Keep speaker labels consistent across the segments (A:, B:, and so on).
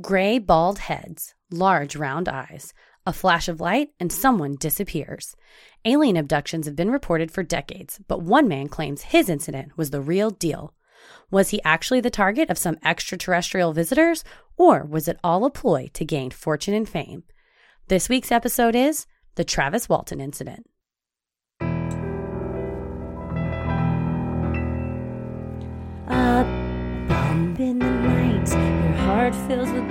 A: Gray, bald heads, large round eyes, a flash of light, and someone disappears. Alien abductions have been reported for decades, but one man claims his incident was the real deal. Was he actually the target of some extraterrestrial visitors, or was it all a ploy to gain fortune and fame? This week's episode is The Travis Walton Incident. A
B: Uh,
A: bump in the night, your heart fills with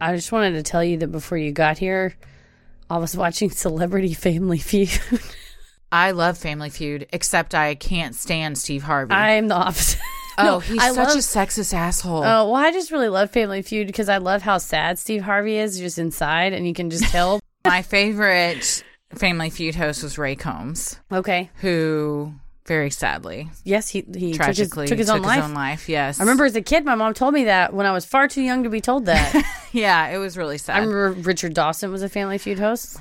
A: I just wanted to tell you that before you got here, I was watching Celebrity Family Feud.
B: I love Family Feud, except I can't stand Steve Harvey.
A: I'm the opposite.
B: oh,
A: No,
B: he's
A: I
B: such
A: love,
B: a sexist asshole.
A: Oh, well, I just really love Family Feud because I love how sad Steve Harvey is just inside and you can just tell.
B: My favorite Family Feud host was Ray Combs,
A: okay.
B: who very sadly,
A: Yes, he, he took his,
B: tragically,
A: took his own life.
B: Yes,
A: I remember as a kid, my mom told me that when I was far too young to be told that.
B: Yeah, it was really
A: I
B: sad.
A: remember Richard Dawson was a Family Feud host.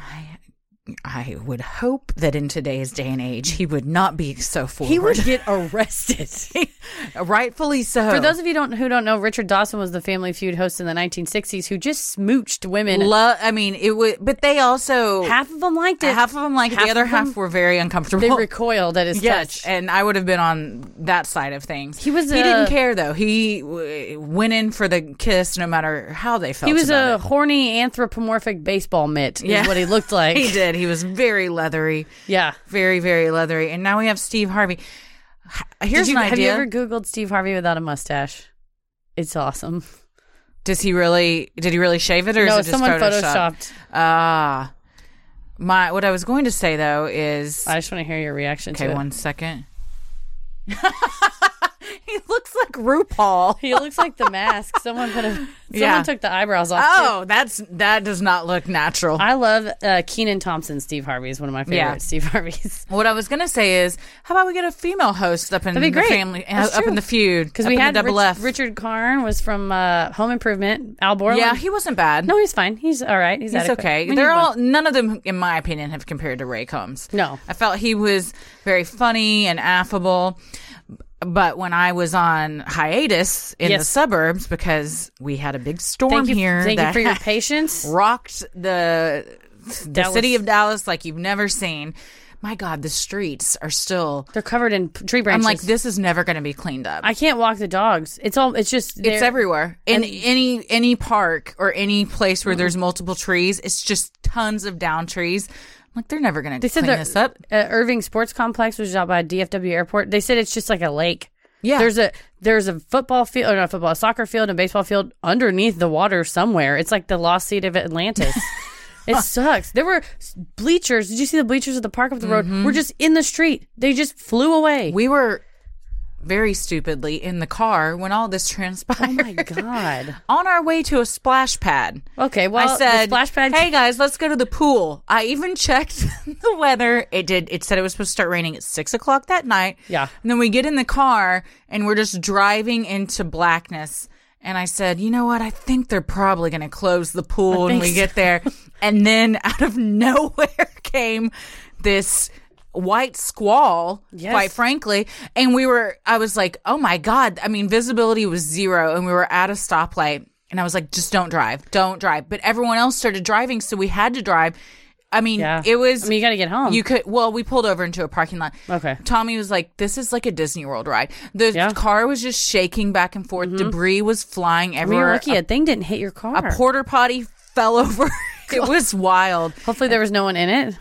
B: I would hope that in today's day and age, he would not be so forward.
A: He would get arrested.
B: rightfully so.
A: For those of you don't, who don't know, Richard Dawson was the Family Feud host in the 1960s who just smooched women.
B: Lo- I mean, it would, but they also
A: half of them liked it.
B: half of them like
A: half
B: the other
A: of them-
B: half were very uncomfortable.
A: They recoiled at his
B: Yes,
A: touch.
B: and I would have been on that side of things.
A: He was
B: He
A: a-
B: didn't care though. He w- went in for the kiss, no matter how they felt.
A: he was a
B: about
A: horny anthropomorphic baseball mitt.
B: Yeah.
A: Is what he looked like.
B: it. He did. He was very leathery,
A: Yeah.
B: very very leathery. And now we have Steve Harvey. H- Here's
A: Did you,
B: an
A: Have you
B: idea.
A: ever Googled Steve Harvey without a mustache? It's awesome.
B: Does he really? Did he really shave it, or
A: no,
B: is it just
A: someone
B: photoshopped?
A: photoshopped.
B: Ah, my. What I was going to say though is
A: I just want to hear your reaction
B: okay.
A: to it.
B: One second. he looks like RuPaul.
A: He looks like the mask. Someone put a. Someone
B: Yeah.
A: took the eyebrows off. too.
B: Oh, that's that does not look natural.
A: I love uh, Keenan Thompson. Steve Harvey is one of my favorite
B: Yeah.
A: Steve Harveys
B: What I was gonna say is, how about we get a female host up in
A: That'd be
B: the
A: great.
B: family, uh,
A: That's
B: up
A: true.
B: in the feud?
A: because
B: up
A: we
B: in the
A: had
B: double
A: Rich-
B: F.
A: Richard Karn was from uh, Home Improvement. Al Borland.
B: yeah, he wasn't bad.
A: no, he's fine. He's all right. He's,
B: he's
A: adequate.
B: okay.
A: We
B: They're
A: need one.
B: all none of them, in my opinion, have compared to Ray Combs.
A: No.
B: I felt he was very funny and affable. But when I was on hiatus in the
A: Yes.
B: suburbs because we had a big storm
A: Thank you,
B: here
A: thank you
B: that
A: for your patience.
B: rocked the the
A: Dallas.
B: city of Dallas like you've never seen. My God, the streets are still.
A: They're covered in p- tree
B: I'm
A: branches.
B: like, this is never going to be cleaned up.
A: I can't walk the dogs. It's all. It's just.
B: It's
A: they're-
B: everywhere. In any any park or any place
A: Mm-hmm.
B: where there's multiple trees, it's just tons of down trees. I'm like they're never gonna
A: They said
B: clean
A: that
B: this up.
A: Uh, Irving Sports Complex, which is out by DFW Airport, they said it's just like a lake.
B: Yeah.
A: There's a there's a football field, or not football, a soccer field, and baseball field underneath the water somewhere. It's like the lost seat of Atlantis. it sucks. There were s- bleachers. Did you see the bleachers at the park up the road? We're just in the street. They just flew away.
B: We were very stupidly in the car when all this transpired.
A: oh my god.
B: On our way to a splash pad.
A: Okay. Well,
B: I
A: the
B: said,
A: splash pad.
B: "Hey guys, let's go to the pool." I even checked the weather. It did. It said it was supposed to start raining at six o'clock that night.
A: Yeah.
B: And then we get in the car and we're just driving into blackness. And I said, "You know what? I think they're probably going to close the pool when
A: think
B: we
A: so."
B: get there." and then out of nowhere came this white squall
A: Yes.
B: quite frankly and we were i was like oh my god i mean visibility was zero and we were at a stoplight and i was like just don't drive don't drive but everyone else started driving so we had to drive i mean
A: Yeah.
B: it was
A: I mean, you gotta get home.
B: you could well we pulled over into a parking lot
A: Okay.
B: tommy was like this is like a disney world ride the
A: Yeah. Mm-hmm.
B: car was just shaking back and forth debris was flying
A: we were
B: everywhere
A: lucky a thing didn't hit your car.
B: a porter potty fell over it was wild
A: Hopefully there was no one in it.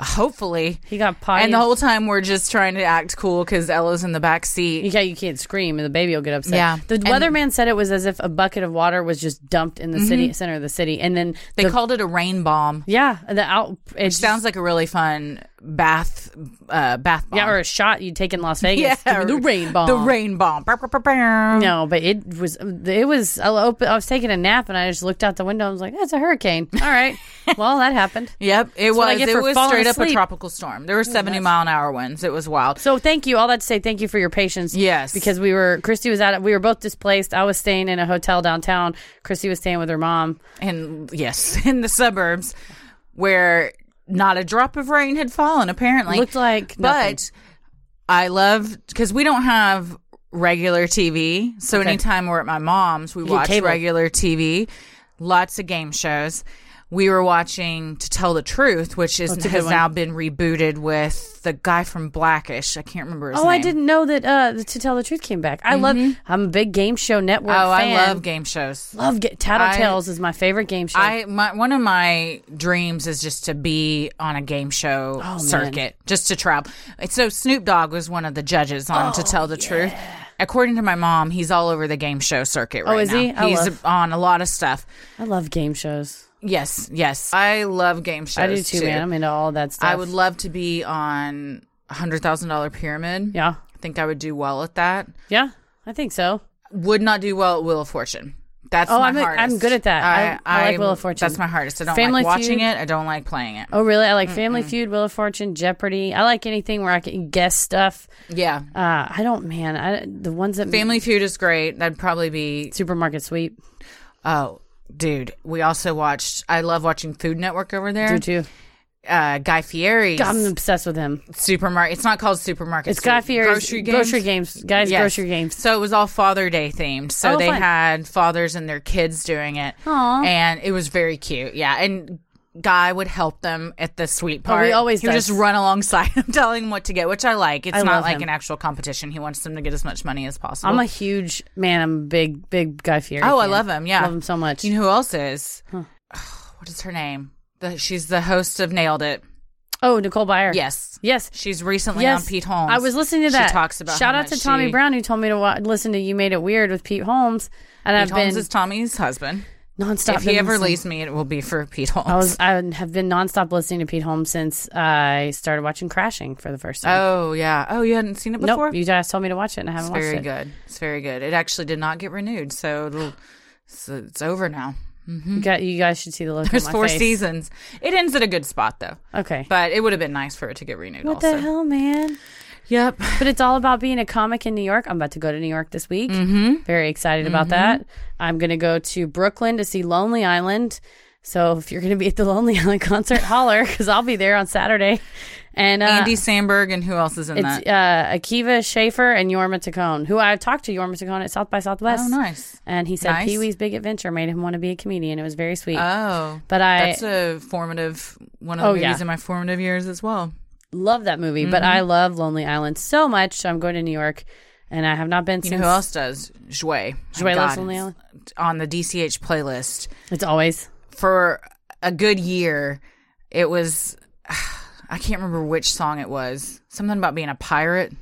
B: hopefully
A: He got potty.
B: and the whole time we're just trying to act cool because Ella's in the back seat.
A: Yeah, you can't scream, and the baby will get upset.
B: Yeah.
A: the
B: And-
A: weatherman said it was as if a bucket of water was just dumped in the
B: Mm-hmm.
A: city center of the city, and then
B: They
A: the,
B: called it a rain bomb.
A: yeah, the out. It
B: Sounds like a really fun bath uh, bath bomb.
A: Yeah, or a shot you take in Las Vegas.
B: Yeah,
A: the
B: or-
A: rain bomb.
B: the rain bomb. Bah, bah, bah, bah.
A: No, but it was it was. I, open, I was taking a nap and I just looked out the window. and was like, "That's a hurricane." All right, well that happened.
B: Yep, it
A: what I
B: was.
A: get for
B: It was
A: falling
B: straight up a
A: asleep.
B: tropical storm. There were seventy mile an hour winds. It was wild.
A: So thank you. All that to say, thank you for your patience.
B: Yes.
A: because we were Christy was at we were both displaced. I was staying in a hotel downtown. Christy was staying with her mom.
B: and yes, in the suburbs where not a drop of rain had fallen. Apparently,
A: Looked like nothing.
B: But I love because we don't have regular TV. So anytime we're at my mom's, we
A: get
B: watch
A: cable.
B: regular TV. Lots of game shows. We were watching To Tell the Truth, which is
A: it's a good
B: has
A: one.
B: now been rebooted with the guy from Blackish. I can't remember his
A: Oh,
B: name. Mm-hmm.
A: I didn't know that. Uh, the to tell the truth came back. I love. I'm a big game show network.
B: Oh, I
A: fan.
B: love game shows.
A: Love get, Tattletales is my favorite game show.
B: I my one of my dreams is just to be on a game show
A: Oh,
B: circuit, just to travel. So Snoop Dogg was one of the judges on
A: Oh,
B: To Tell the Truth. According to my mom, he's all over the game show circuit right
A: Oh, is
B: now.
A: he? I
B: he's
A: love-
B: on a lot of stuff.
A: I love game shows.
B: Yes, yes, I love game shows.
A: I do too, man. I'm into all that stuff.
B: I would love to be on a hundred thousand dollar pyramid.
A: Yeah,
B: I think I would do well at that.
A: yeah. I think so.
B: Would not do well at Wheel of Fortune. That's
A: Oh,
B: my
A: I'm- I'm
B: hardest.
A: good at that. I- I like
B: I'm-
A: Wheel of Fortune.
B: That's my hardest. I don't
A: Family
B: like watching
A: Feud.
B: it. I don't like playing it.
A: Oh, really? I like Family Feud, Wheel of Fortune, Jeopardy. I like anything where I can guess stuff.
B: Yeah.
A: Uh, I don't, man. I, the ones that
B: Family Feud is great. That'd probably be
A: supermarket sweep
B: oh, dude. We also watched. I love watching Food Network over there.
A: do too.
B: Uh, Guy Fieri's
A: God, I'm obsessed with him.
B: supermarket. It's not called supermarket.
A: It's Guy
B: Soup.
A: Fieri's
B: grocery games.
A: grocery games. Guys,
B: Yes.
A: grocery games.
B: So it was all Father Day themed. So
A: Oh,
B: they
A: fun.
B: had fathers and their kids doing it,
A: Aw.
B: and it was very cute. Yeah, and. Guy would help them at the sweet part.
A: Oh, he always
B: he would
A: does.
B: just run alongside him, telling him what to get, which I like. It's
A: I
B: not
A: love
B: like
A: him.
B: an actual competition. He wants them to get as much money as possible.
A: I'm a huge man. I'm a big, big Guy Fieri.
B: Oh, I
A: fan.
B: love him. Yeah,
A: Love him so much.
B: Do you know who else is? What is her name? The, she's the host of Nailed It.
A: oh, Nicole Byer.
B: Yes.
A: Yes.
B: She's recently
A: Yes.
B: on Pete Holmes.
A: I was listening to that.
B: She talks about
A: Shout
B: how
A: out to
B: much
A: Tommy
B: she-
A: Brown who told me to wa- listen to You Made It Weird with Pete Holmes. And
B: Pete
A: I've
B: Holmes
A: been
B: is Tommy's husband.
A: nonstop.
B: if he
A: been
B: ever
A: listening.
B: leaves me, it will be for Pete Holmes.
A: I was I have been nonstop listening to Pete Holmes since I started watching Crashing for the first time.
B: oh yeah. Oh, you hadn't seen it
A: nope,
B: before.
A: you guys told me to watch it and I
B: it's
A: haven't
B: very
A: watched it.
B: good. It's very good. It actually did not get renewed, so it'll, it's, it's over now.
A: You, got, you guys should see the look. on
B: There's
A: my
B: four
A: face.
B: seasons. It ends at a good spot though,
A: Okay.
B: but it would have been nice for it to get renewed.
A: what
B: also.
A: the hell, man?
B: Yep.
A: But it's all about being a comic in New York. I'm about to go to New York this week. Mm-hmm. Very excited about that.
B: Mm-hmm.
A: I'm going to go to Brooklyn to see Lonely Island. So if you're going to be at the Lonely Island concert, holler because I'll be there on Saturday. And uh,
B: Andy Samberg and who else is in
A: it's
B: that?
A: uh, Akiva Schaffer and Yorma Tacone, who I talked to Yorma Tacone at South by Southwest.
B: oh, nice.
A: And he said
B: Nice.
A: Pee Wee's Big Adventure made him want to be a comedian. It was very sweet.
B: Oh,
A: but I
B: that's a formative one of the
A: Oh,
B: movies
A: yeah.
B: in my formative years as well.
A: love that movie, but
B: Mm-hmm.
A: I love Lonely Island so much. So I'm going to New York, and I have not been
B: You know
A: since.
B: who else does? Jouet. My
A: Jouet lives
B: God,
A: on the
B: it's
A: island?
B: on the DCH playlist
A: It's always
B: for a good year. It was I can't remember which song it was. Something about being a pirate.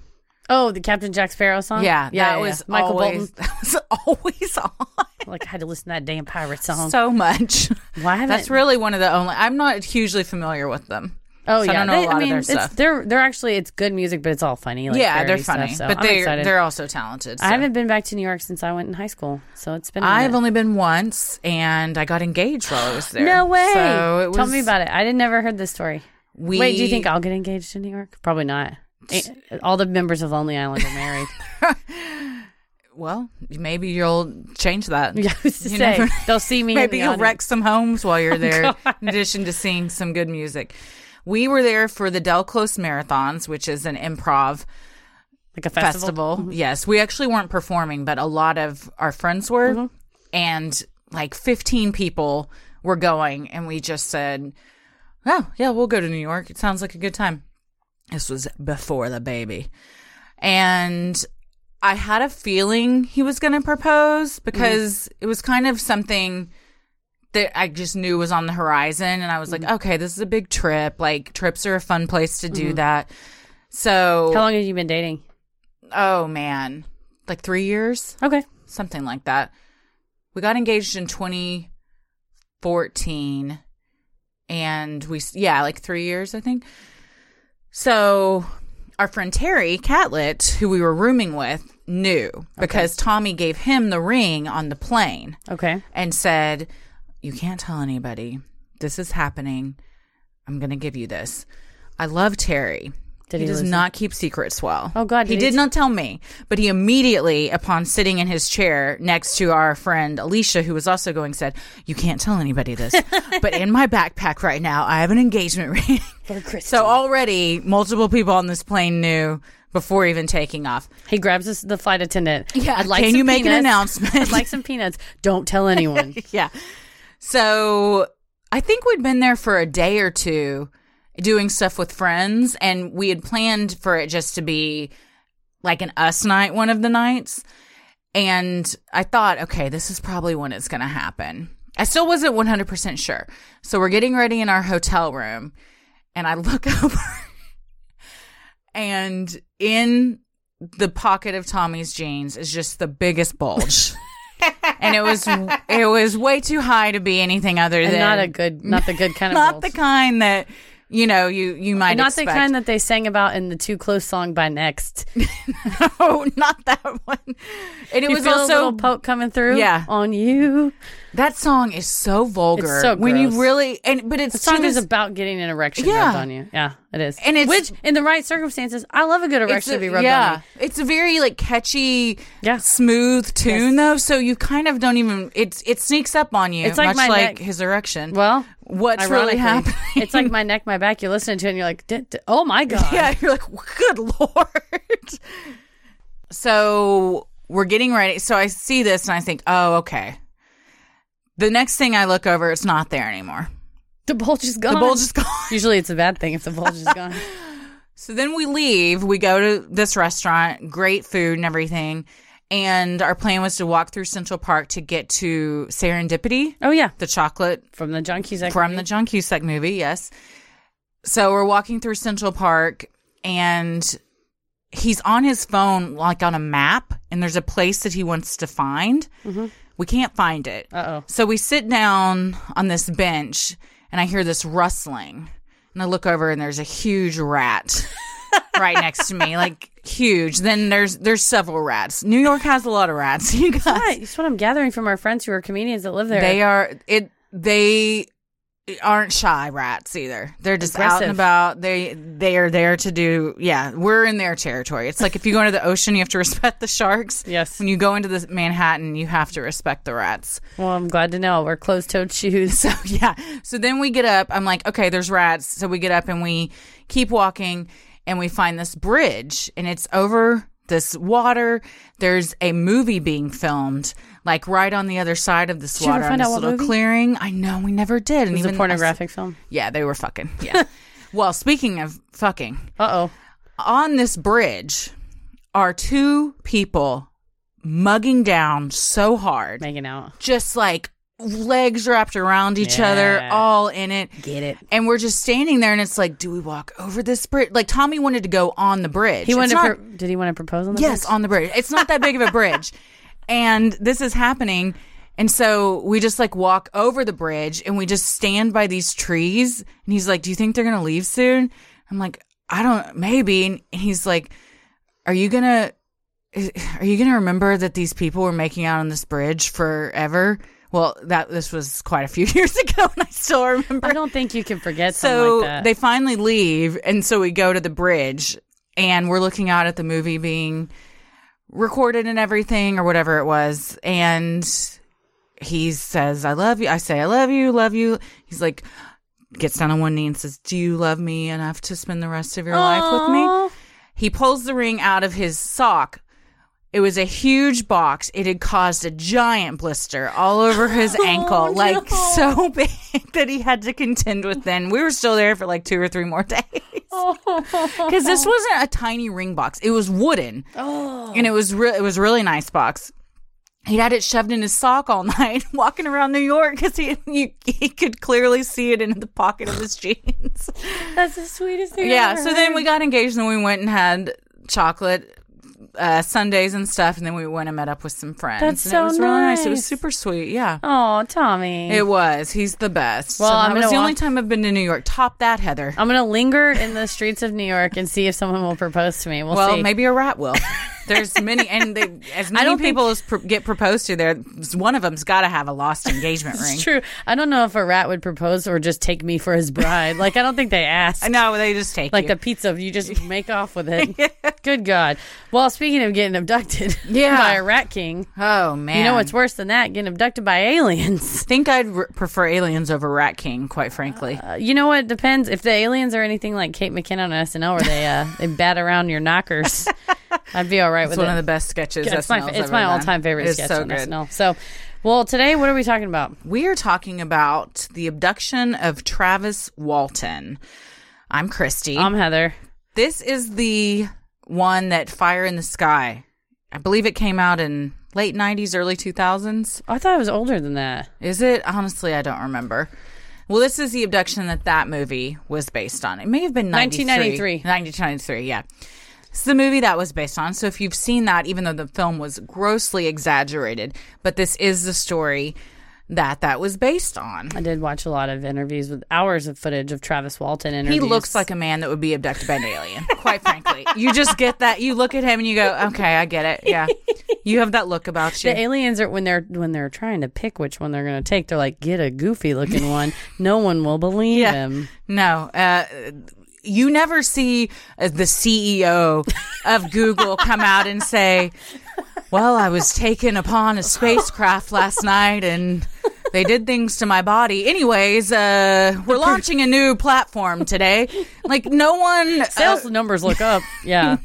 A: oh the Captain Jack Sparrow song.
B: Yeah, that was
A: Michael Bolton.
B: always, That was always on
A: like I had to listen to that damn pirate song.
B: so much.
A: Why haven't?
B: That's really one of the only. I'm not hugely familiar with them.
A: Oh
B: so I
A: yeah,
B: don't know a
A: They-
B: lot of their
A: it's-
B: stuff.
A: They're they're actually it's good music, but it's all funny. Like,
B: yeah, they're
A: parody
B: funny,
A: stuff, so
B: but
A: I'm
B: they're
A: excited.
B: they're also talented. So.
A: I haven't been back to New York since I went in high school, so it's been. a
B: I've
A: minute.
B: only been once, and I got engaged while I was there.
A: no way.
B: So it was,
A: Tell me about it. I did never heard this story.
B: We,
A: Wait, do you think I'll get engaged in New York? Probably not. Eh, All the members of Lonely Island are married.
B: Well, maybe you'll change that.
A: Yeah, I was to
B: You
A: say
B: never-
A: they'll see me. in
B: maybe
A: the
B: you'll
A: audience. Oh,
B: wreck some homes while you're there. in addition to seeing some good music, we were there for the Del Close Marathons, which is an improv
A: like a
B: festival.
A: festival. Mm-hmm.
B: Yes, we actually weren't performing, but a lot of our friends were,
A: Mm-hmm.
B: and like 15 people were going, and we just said, "Oh, yeah, we'll go to New York. It sounds like a good time." This was before the baby, and I had a feeling he was going to propose because
A: Mm-hmm.
B: it was kind of something that I just knew was on the horizon. And I was
A: Mm-hmm.
B: like, okay, this is a big trip. Like, trips are a fun place to do that. So,
A: How long have you been dating?
B: oh man, like three years,
A: Okay,
B: something like that. We got engaged in 2014, and we, yeah, like three years, I think. So our friend Terry Catlett, who we were rooming with, knew because Tommy gave him the ring on the plane
A: Okay.
B: and said, You can't tell anybody. This is happening. I'm going to give you this. I love Terry.
A: Did
B: he,
A: he
B: does
A: lose it?
B: not keep secrets well.
A: Oh, God,
B: He
A: did
B: did
A: he-
B: not tell me, but he immediately, upon sitting in his chair next to our friend Alicia, who was also going, said, "You can't tell anybody this, but in my backpack right now, I have an engagement ring."
A: For Christy.
B: So already, multiple people on this plane knew before even taking off.
A: He grabs this, the flight attendant.
B: Yeah,
A: I'd like
B: can
A: some
B: you make an
A: peanuts.
B: announcement?
A: I'd like some peanuts. Don't tell anyone.
B: Yeah. So I think we'd been there for a day or two doing stuff with friends, and we had planned for it just to be like an us night one of the nights. And I thought, okay, this is probably when it's going to happen. I still wasn't 100% sure. So we're getting ready in our hotel room, and I look over, and in the pocket of Tommy's jeans is just the biggest bulge. and it was it was way too high to be anything other
A: and
B: than
A: not a good, not the good kind of
B: not
A: roles.
B: the kind that you know you you might
A: not
B: expect.
A: the kind that they sang about in the Too Close song by Next.
B: oh not that one and it
A: You
B: was
A: feel a
B: also
A: little poke coming through
B: Yeah.
A: on you.
B: that song is so vulgar
A: It's so
B: when
A: gross.
B: you really and but it's
A: The song
B: to
A: is
B: this-
A: about getting an erection
B: Yeah.
A: rubbed on you. Yeah, it is.
B: And it's-
A: Which, in the right circumstances, I love a good erection to be rubbed
B: yeah,
A: on me.
B: it's a very like catchy,
A: Yeah.
B: smooth tune though. So you kind of don't even it's it sneaks up on you.
A: It's like
B: much
A: my
B: like
A: neck-
B: his erection.
A: Well,
B: what's
A: ironically,
B: really happening?
A: It's like my neck, my back. You're listening to it and you're like, D- d- oh my God.
B: Yeah, you're like, good lord. so we're getting ready. So I see this and I think, oh, okay. The next thing I look over, it's not there anymore.
A: The bulge is gone.
B: The bulge is gone.
A: Usually it's a bad thing if the bulge is gone.
B: So then we leave. We go to this restaurant, great food and everything. And our plan was to walk through Central Park to get to Serendipity,
A: Oh, yeah.
B: the chocolate
A: From the John Cusack.
B: from the John Cusack movie, yes. So we're walking through Central Park and he's on his phone, like on a map, and there's a place that he wants to find. We can't find it.
A: Uh Mm-hmm. oh.
B: So we sit down on this bench and I hear this rustling. And I look over and there's a huge rat right next to me, like huge. Then there's there's several rats. New York has a lot of rats. You guys,
A: That's what I'm gathering from our friends who are comedians that live there.
B: they are it. They aren't shy rats either. They're just out
A: Aggressive.
B: and about. They they are there to do. Yeah, we're in their territory. It's like if you go into the ocean, you have to respect the sharks.
A: Yes.
B: When you go into the Manhattan, you have to respect the rats.
A: Well, I'm glad to know. Wear closed toed shoes.
B: So yeah. So then we get up. I'm like, okay, there's rats. So we get up and we keep walking and we find this bridge and it's over this water. There's a movie being filmed, like right on the other side of this
A: you ever
B: water on
A: find
B: this
A: out what
B: little
A: movie?
B: clearing. I know we never did.
A: It
B: And
A: was a
B: even-
A: pornographic film.
B: yeah, they were fucking. Yeah. well, speaking of fucking,
A: Uh oh.
B: on this bridge are two people mugging down so hard
A: Making out.
B: just like legs wrapped around each other,
A: Yeah.
B: all in it.
A: Get it.
B: And we're just standing there, and it's like, do we walk over this bridge? Like Tommy wanted to go on the bridge.
A: He wanted
B: It's
A: to
B: not-
A: pro- did he want to propose on the
B: yes, on the bridge. It's not that big of a bridge, and this is happening. And so we just like walk over the bridge, and we just stand by these trees. And he's like, "Do you think they're gonna leave soon?" I'm like, "I don't. Maybe." And he's like, "Are you gonna?" are you going to remember that these people were making out on this bridge forever? Well, that this was quite a few years ago, and I still remember.
A: I don't think you can forget
B: so
A: something like that.
B: they finally leave, and so we go to the bridge, and we're looking out at the movie being recorded and everything, or whatever it was. And he says, "I love you." I say, "I love you, love you." He's like, gets down on one knee and says, "Do you love me enough to spend the rest of your life with me?"
A: Aw.
B: He pulls the ring out of his sock. It was a huge box. It had caused a giant blister all over his ankle, like so big that he had to contend with. Then we were still there for like two or three more days because this wasn't a tiny ring box. It was wooden, and it was re- it was really nice box. He had it shoved in his sock all night, walking around New York because he you, he could clearly see it in the pocket of his jeans.
A: That's the sweetest thing. I've
B: Yeah.
A: ever
B: So then
A: heard.
B: we got engaged and we went and had chocolate uh, Sundays and stuff, and then we went and met up with some friends.
A: That's
B: and
A: so
B: it was really nice. It was
A: nice.
B: super sweet. Yeah.
A: Oh, Tommy.
B: It was. He's the best.
A: Well,
B: so that
A: I'm
B: was
A: gonna
B: the only
A: walk-
B: time I've been to New York. Top that, Heather.
A: I'm gonna linger in the streets of New York and see if someone will propose to me. We'll,
B: well,
A: see.
B: maybe a rat will. There's many, and they, as many
A: don't think-
B: people as pro- get proposed to, there one of them's got to have a lost engagement ring.
A: it's true. I don't know if a rat would propose or just take me for his bride. Like I don't think they asked.
B: No, they just take
A: Like
B: you.
A: the pizza, you just make off with it. Good God. Well, speaking of getting abducted
B: Yeah.
A: by a rat king,
B: oh man.
A: you know what's worse than that? Getting abducted by aliens.
B: Think I'd re- prefer aliens over Rat King, quite frankly.
A: Uh, you know what? Depends if the aliens are anything like Kate McKinnon on SNL, where they uh, they bat around your knockers. I'd be all right
B: it's
A: with
B: one
A: it.
B: of the best sketches.
A: it's my
B: SNL's
A: it's
B: ever
A: my
B: done.
A: all time favorite
B: It's
A: sketch
B: so
A: on
B: good.
A: SNL. So, well, today what are we talking about?
B: We are talking about the abduction of Travis Walton. I'm Christy.
A: I'm Heather.
B: This is the one that Fire in the Sky. I believe it came out in late 90s, early 2000s.
A: I thought I was older than that.
B: Is it? Honestly, I don't remember. Well, this is the abduction that that movie was based on. It may have been 93.
A: 1993.
B: 1993, yeah. It's the movie that was based on. So if you've seen that, even though the film was grossly exaggerated, but this is the story that that was based on.
A: I did watch a lot of interviews with hours of footage of Travis Walton interviews.
B: He looks like a man that would be abducted by an alien, quite frankly. You just get that. You look at him and you go, okay, I get it. Yeah. You have that look about you.
A: the aliens are when they're when they're trying to pick which one they're going to take. They're like, get a goofy looking one. No one will believe
B: Yeah.
A: him.
B: No. Uh, you never see uh, the CEO of Google come out and say, well, I was taken upon a spacecraft last night and they did things to my body. Anyways, uh, we're launching a new platform today. Like, no one. uh,
A: Sales numbers look up. Yeah,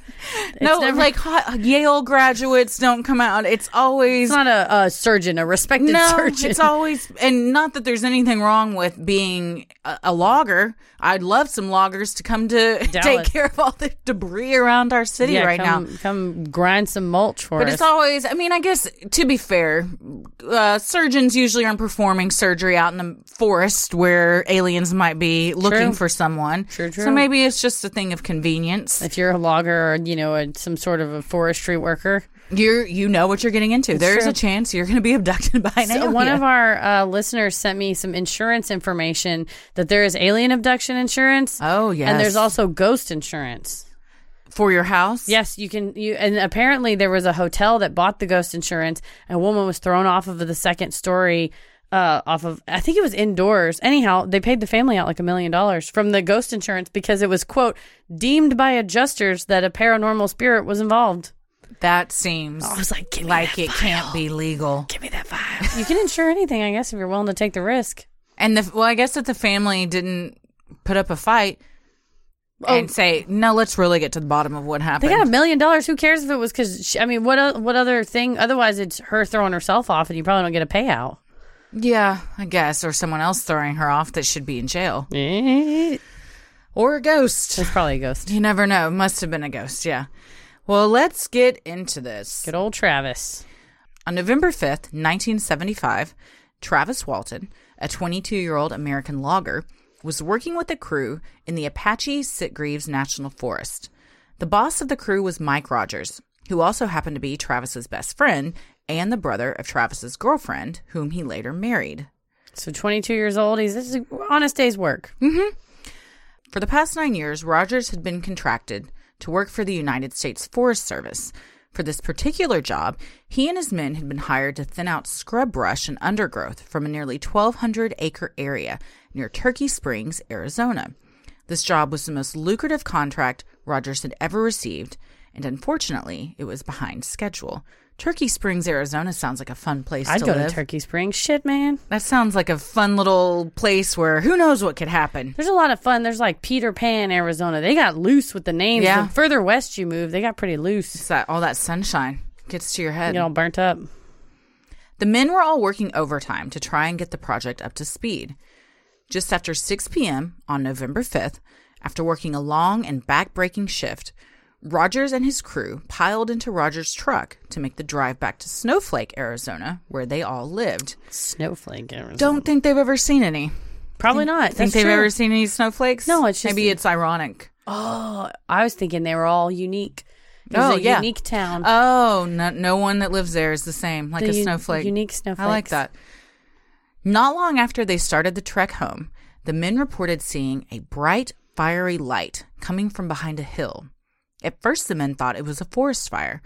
B: no,
A: never-
B: like hot, Yale graduates don't come out. It's always
A: it's not a, a surgeon, a respected
B: no.
A: surgeon.
B: It's always and not that there's anything wrong with being a, a logger. I'd love some loggers to come to take
A: Dallas.
B: care of all the debris around our city
A: yeah,
B: right
A: come,
B: now.
A: come grind some mulch for
B: But
A: us.
B: it's always, I mean, I guess to be fair, uh, surgeons usually aren't performing surgery out in the forest where aliens might be looking
A: True.
B: for someone.
A: True,
B: So
A: true.
B: maybe it's just a thing of convenience.
A: if you're a logger or you know a, some sort of a forestry worker,
B: You're, you know what you're getting into. There's
A: true.
B: a chance you're going to be abducted by an
A: So
B: alien.
A: one of our uh, listeners sent me some insurance information that there is alien abduction insurance.
B: Oh, yes.
A: and there's also ghost insurance.
B: for your house.
A: Yes, you can. You and apparently there was a hotel that bought the ghost insurance. And a woman was thrown off of the second story. Uh, off of, I think it was indoors. Anyhow, they paid the family out like a million dollars from the ghost insurance because it was quote deemed by adjusters that a paranormal spirit was involved.
B: That seems
A: I was like, give me
B: like
A: that
B: it can't be legal.
A: Give me that file. you can insure anything, I guess, if you're willing to take the risk.
B: And the well, I guess that the family didn't put up a fight and say, "No, let's really get to the bottom of what
A: They
B: happened."
A: got a million dollars. Who cares if it was because I mean, what o- what other thing? Otherwise, it's her throwing herself off, and you probably don't get a payout.
B: yeah, I guess, or someone else throwing her off that should be in jail,
A: It's
B: or a ghost.
A: probably a ghost.
B: You never know. Must have been a ghost. Yeah. Well, let's get into this.
A: Good old Travis.
B: On November 5th, 1975, Travis Walton, a 22 year old American logger, was working with a crew in the Apache Sitgreaves National Forest. The boss of the crew was Mike Rogers, who also happened to be Travis's best friend and the brother of Travis's girlfriend, whom he later married.
A: So 22 years old. He's this is an honest day's work.
B: For the past nine years, Rogers had been contracted to work for the United States Forest Service. For this particular job, he and his men had been hired to thin out scrub brush and undergrowth from a nearly 1,200 acre area near Turkey Springs, Arizona. This job was the most lucrative contract Rogers had ever received, and unfortunately, it was behind schedule. Turkey Springs, Arizona sounds like a fun place
A: I'd
B: to
A: go
B: live.
A: to Turkey Springs. Shit, man.
B: that sounds like a fun little place where who knows what could happen.
A: There's a lot of fun. There's like Peter Pan, Arizona. They got loose with the names.
B: Yeah.
A: The further west you move, they got pretty loose.
B: It's that all that sunshine gets to your head.
A: You know, burnt up.
B: The men were all working overtime to try and get the project up to speed. Just after 6 p.m. on November 5th, after working a long and back-breaking shift, Rogers and his crew piled into Rogers' truck to make the drive back to Snowflake, Arizona, where they all lived.
A: Snowflake, Arizona.
B: Don't think they've ever seen any.
A: Probably not.
B: Think
A: That's
B: they've
A: true.
B: ever seen any snowflakes?
A: No, it's just-
B: maybe it's ironic.
A: Oh, I was thinking they were all unique. There's
B: Oh,
A: a
B: yeah.
A: unique town.
B: Oh, no, no one that lives there is the same, like
A: Um, The
B: a
A: u-
B: snowflake.
A: unique
B: I like
A: snowflakes.
B: that. Not long after they started the trek home, the men reported seeing a bright, fiery light coming from behind a hill. At first, the men thought it was a forest fire,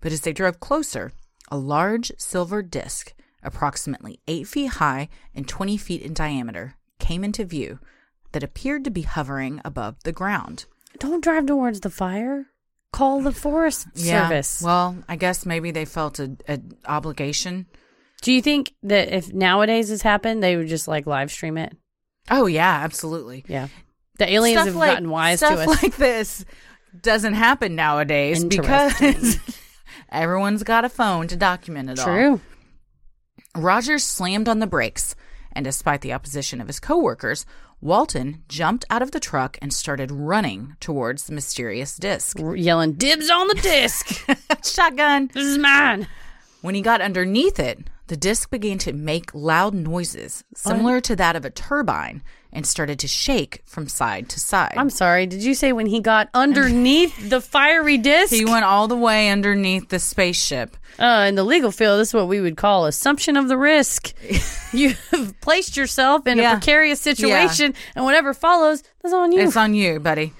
B: but as they drove closer, a large silver disc, approximately eight feet high and 20 feet in diameter, came into view that appeared to be hovering above the ground.
A: Don't drive towards the fire. Call the Forest Service.
B: Well, I guess maybe they felt a, a obligation.
A: Do you think that if nowadays this happened, they would just like live stream it?
B: Oh yeah, absolutely.
A: Yeah. The aliens
B: Stuff
A: have
B: like-
A: gotten wise to
B: stuff
A: us.
B: like this doesn't happen nowadays because
A: Interesting.
B: everyone's got a phone to document it all.
A: True.
B: Rogers slammed on the brakes, and despite the opposition of his coworkers, Walton jumped out of the truck and started running towards the mysterious disc.
A: R- yelling, dibs on the disc.
B: Shotgun.
A: this is mine.
B: When he got underneath it, the disc began to make loud noises similar to that of a turbine and started to shake from side to side.
A: I'm sorry. Did you say when he got underneath the fiery disc?
B: he went all the way underneath the spaceship.
A: Uh, in the legal field, this is what we would call assumption of the risk. you have placed yourself in
B: Yeah.
A: a precarious situation, and whatever follows, that's on you.
B: It's on you, buddy.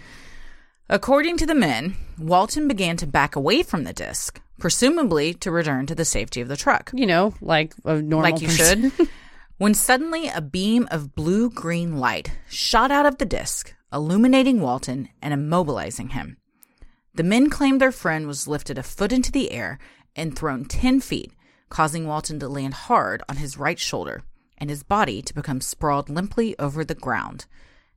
B: According to the men, Walton began to back away from the disc, presumably to return to the safety of the truck.
A: you know, like a normal
B: Like you
A: person.
B: should. when suddenly a beam of blue green light shot out of the disc, illuminating Walton and immobilizing him. The men claimed their friend was lifted a foot into the air and thrown 10 feet, causing Walton to land hard on his right shoulder and his body to become sprawled limply over the ground.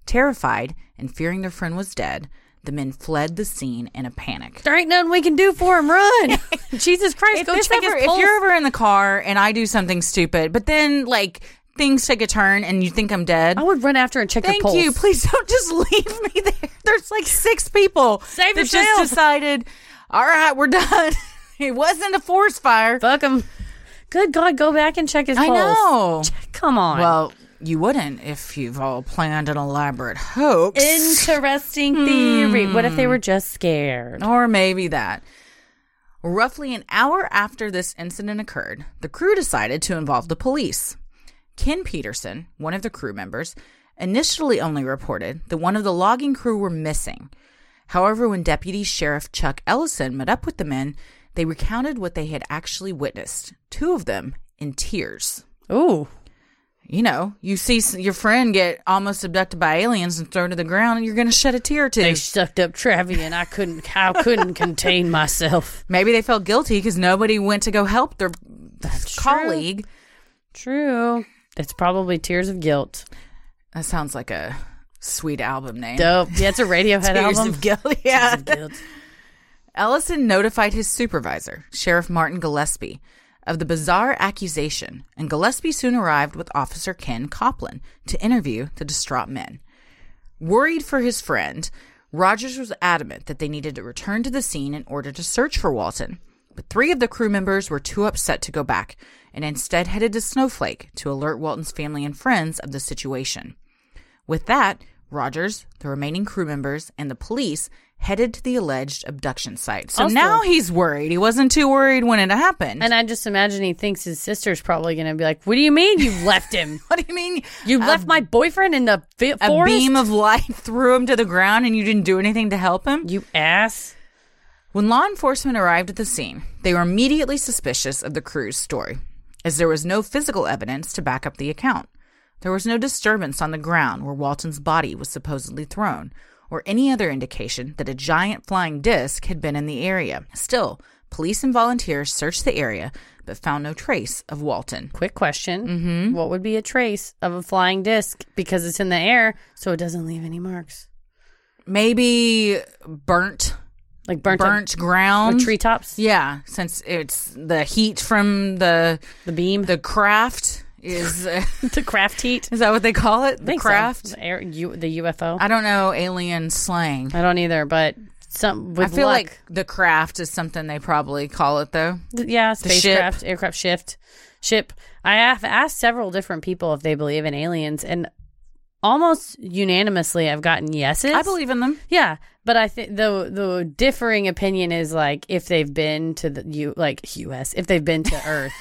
B: Terrified and fearing their friend was dead, the men fled the scene in a panic.
A: There ain't nothing we can do for him. Run. Jesus Christ,
B: If,
A: go
B: this
A: check
B: ever-
A: his
B: if
A: pulse.
B: you're ever in the car and I do something stupid, but then like things take a turn and you think I'm dead,
A: I would run after and check
B: thank
A: her pulse.
B: you. Please don't just leave me there. There's like six people
A: Save
B: that
A: yourself.
B: just decided, all right, we're done. it wasn't a forest fire.
A: Fuck him. Good God, go back and check his
B: I
A: pulse.
B: know.
A: Come on.
B: Well, you wouldn't if you've all planned an elaborate hoax.
A: Interesting
B: Hmm.
A: theory. What if they were just scared?
B: Or maybe that. Roughly an hour after this incident occurred, the crew decided to involve the police. Ken Peterson, one of the crew members, initially only reported that one of the logging crew were missing. However, when Deputy Sheriff Chuck Ellison met up with the men, they recounted what they had actually witnessed, two of them in tears.
A: Ooh.
B: You know, you see s- your friend get almost abducted by aliens and thrown to the ground, and you're going to shed a tear or two.
A: They sucked up Travi and I couldn't I couldn't contain myself.
B: Maybe they felt guilty because nobody went to go help their colleague.
A: True. It's probably tears of guilt.
B: That sounds like a sweet album name.
A: Dope. Yeah, it's a Radiohead
B: Tears
A: album.
B: of guilt. Yeah.
A: Guilt.
B: Ellison notified his supervisor, Sheriff Martin Gillespie, of the bizarre accusation, and Gillespie soon arrived with Officer Ken Copland to interview the distraught men. Worried for his friend, Rogers was adamant that they needed to return to the scene in order to search for Walton. But three of the crew members were too upset to go back and instead headed to Snowflake to alert Walton's family and friends of the situation. With that, Rogers, the remaining crew members, and the police headed to the alleged abduction site. So
A: Also-
B: now he's worried. He wasn't too worried when it happened.
A: And I just imagine he thinks his sister's probably gonna be like, What do you mean you left him?
B: what do you mean?
A: You left my boyfriend in the fi-
B: A
A: forest?
B: beam of light threw him to the ground and you didn't do anything to help him?
A: you ass.
B: When law enforcement arrived at the scene, they were immediately suspicious of the crew's story, as there was no physical evidence to back up the account. There was no disturbance on the ground where Walton's body was supposedly thrown, or any other indication that a giant flying disc had been in the area. Still, police and volunteers searched the area but found no trace of Walton.
A: Quick question. Mm-hmm. What would be a trace of a flying disc? Because it's in the air, so it doesn't leave any marks.
B: Maybe burnt,
A: Like burnt, up-
B: burnt ground.
A: with treetops.
B: Yeah, since it's the heat from the
A: The beam.
B: the craft is.
A: the craft heat.
B: Is that what they call it? The
A: Think so.
B: craft?
A: The, air, U, the UFO. I,
B: I don't know alien slang.
A: don't either, but some
B: I
A: with
B: feel
A: luck.
B: like the craft is something they probably call it though.
A: Th- yeah,
B: ship.
A: spacecraft, aircraft shift, ship. I have asked several different people if they believe in aliens, and almost unanimously I've gotten yeses.
B: I believe in them.
A: Yeah, but I think the the differing opinion is like if they've been to the U like U.S. if they've been to Earth.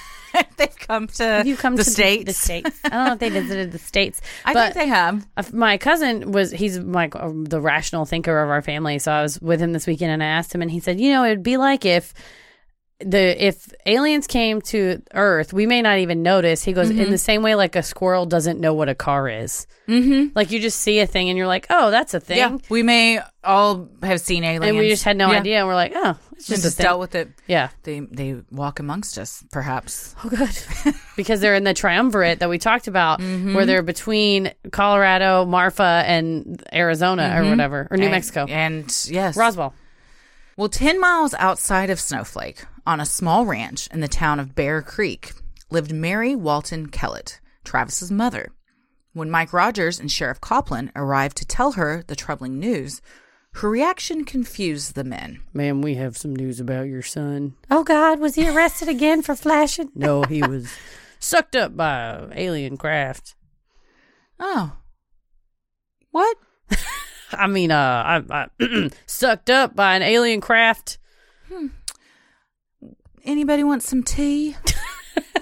B: They've come to
A: Have you come
B: the
A: to
B: states.
A: The states. I don't know if they visited the states.
B: I
A: but
B: think they have.
A: uh, my cousin was he's like uh, the rational thinker of our family so i was with him this weekend and i asked him and he said you know it'd be like if the if aliens came to earth we may not even notice he goes in
B: Mm-hmm.
A: the same way like a squirrel doesn't know what a car is mm-hmm. like you just see a thing and you're like oh that's a thing
B: Yeah, we may all have seen aliens,
A: and we just had no
B: Yeah.
A: idea and we're like oh it's
B: Just,
A: just, a thing
B: dealt with it.
A: yeah
B: They they walk amongst us, perhaps.
A: Oh, good. Mm-hmm. because they're in the triumvirate that we talked about, where they're between Colorado, Marfa, and Arizona or whatever, or New
B: And-
A: Mexico.
B: and yes,
A: Roswell.
B: Well, 10 miles outside of Snowflake, on a small ranch in the town of Bear Creek, lived Mary Walton Kellett, Travis's mother. When Mike Rogers and Sheriff Copland arrived to tell her the troubling news, her reaction confused the men.
A: Ma'am, we have some news about your son. Oh, God, was he arrested again for flashing? No, he was sucked up by alien craft.
B: Oh. What?
A: I mean, uh, I, I sucked up by an alien craft.
B: Anybody want some tea?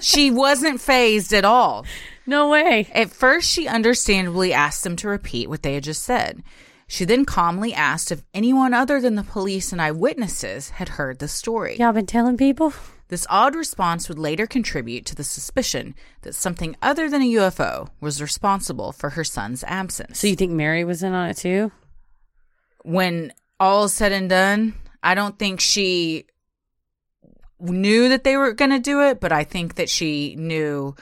B: she wasn't phased at all.
A: No way.
B: At first, she understandably asked them to repeat what they had just said. She then calmly asked if anyone other than the police and eyewitnesses had heard the story.
A: Y'all been telling people?
B: This odd response would later contribute to the suspicion that something other than a UFO was responsible for her son's absence.
A: So you think Mary was in on it too?
B: when all's said and done, I don't think she knew that they were going to do it, but I think that she knew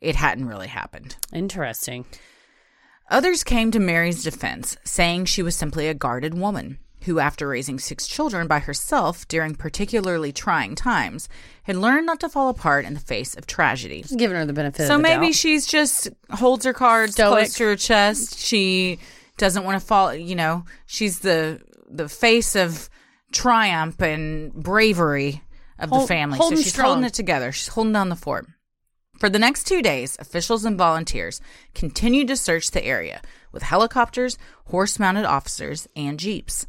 B: it hadn't really happened.
A: Interesting.
B: Others came to Mary's defense, saying she was simply a guarded woman who, after raising six children by herself during particularly trying times, had learned not to fall apart in the face of tragedy.
A: Just giving her the benefit
B: So
A: of the
B: maybe
A: doubt.
B: she's just holds her cards
A: Stoic.
B: close to her chest. She doesn't want to fall. You know, she's the the face of triumph and bravery of the
A: Hold-
B: family. So
A: holding
B: she's
A: strong.
B: holding it together. She's holding down the fort. For the next two days, officials and volunteers continued to search the area with helicopters, horse mounted officers, and jeeps.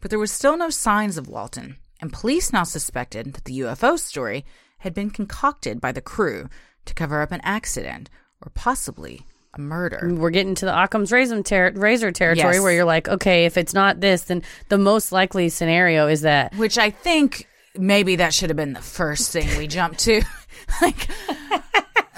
B: But there was still no signs of Walton, and police now suspected that the UFO story had been concocted by the crew to cover up an accident or possibly a murder.
A: we're getting to the Occam's razor, ter- razor territory
B: Yes.
A: where you're like, okay, if it's not this, then the most likely scenario is that
B: Which I think maybe that should have been the first thing we jumped to. like,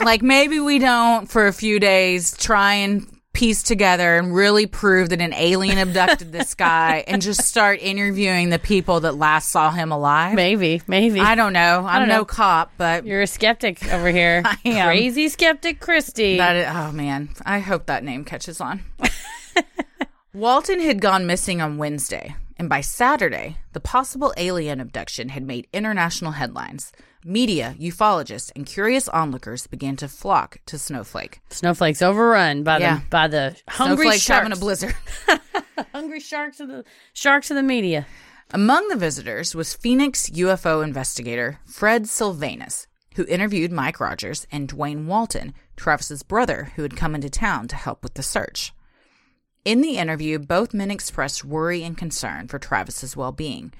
B: like maybe we don't for a few days try and piece together and really prove that an alien abducted this guy and just start interviewing the people that last saw him alive.
A: maybe, maybe.
B: I don't know. I'm
A: don't
B: no
A: know.
B: cop, but
A: You're a skeptic over here.
B: I am.
A: Crazy skeptic Christy.
B: That is, oh man, I hope that name catches on. Walton had gone missing on Wednesday, and by Saturday, the possible alien abduction had made international headlines. Media, ufologists, and curious onlookers began to flock to Snowflake.
A: Snowflakes overrun by
B: Yeah.
A: the by the hungry
B: Snowflake's
A: sharks.
B: having a blizzard.
A: hungry sharks of the sharks of the media.
B: Among the visitors was Phoenix UFO investigator Fred Sylvanus, who interviewed Mike Rogers and Dwayne Walton, Travis's brother, who had come into town to help with the search. In the interview, both men expressed worry and concern for Travis's well being.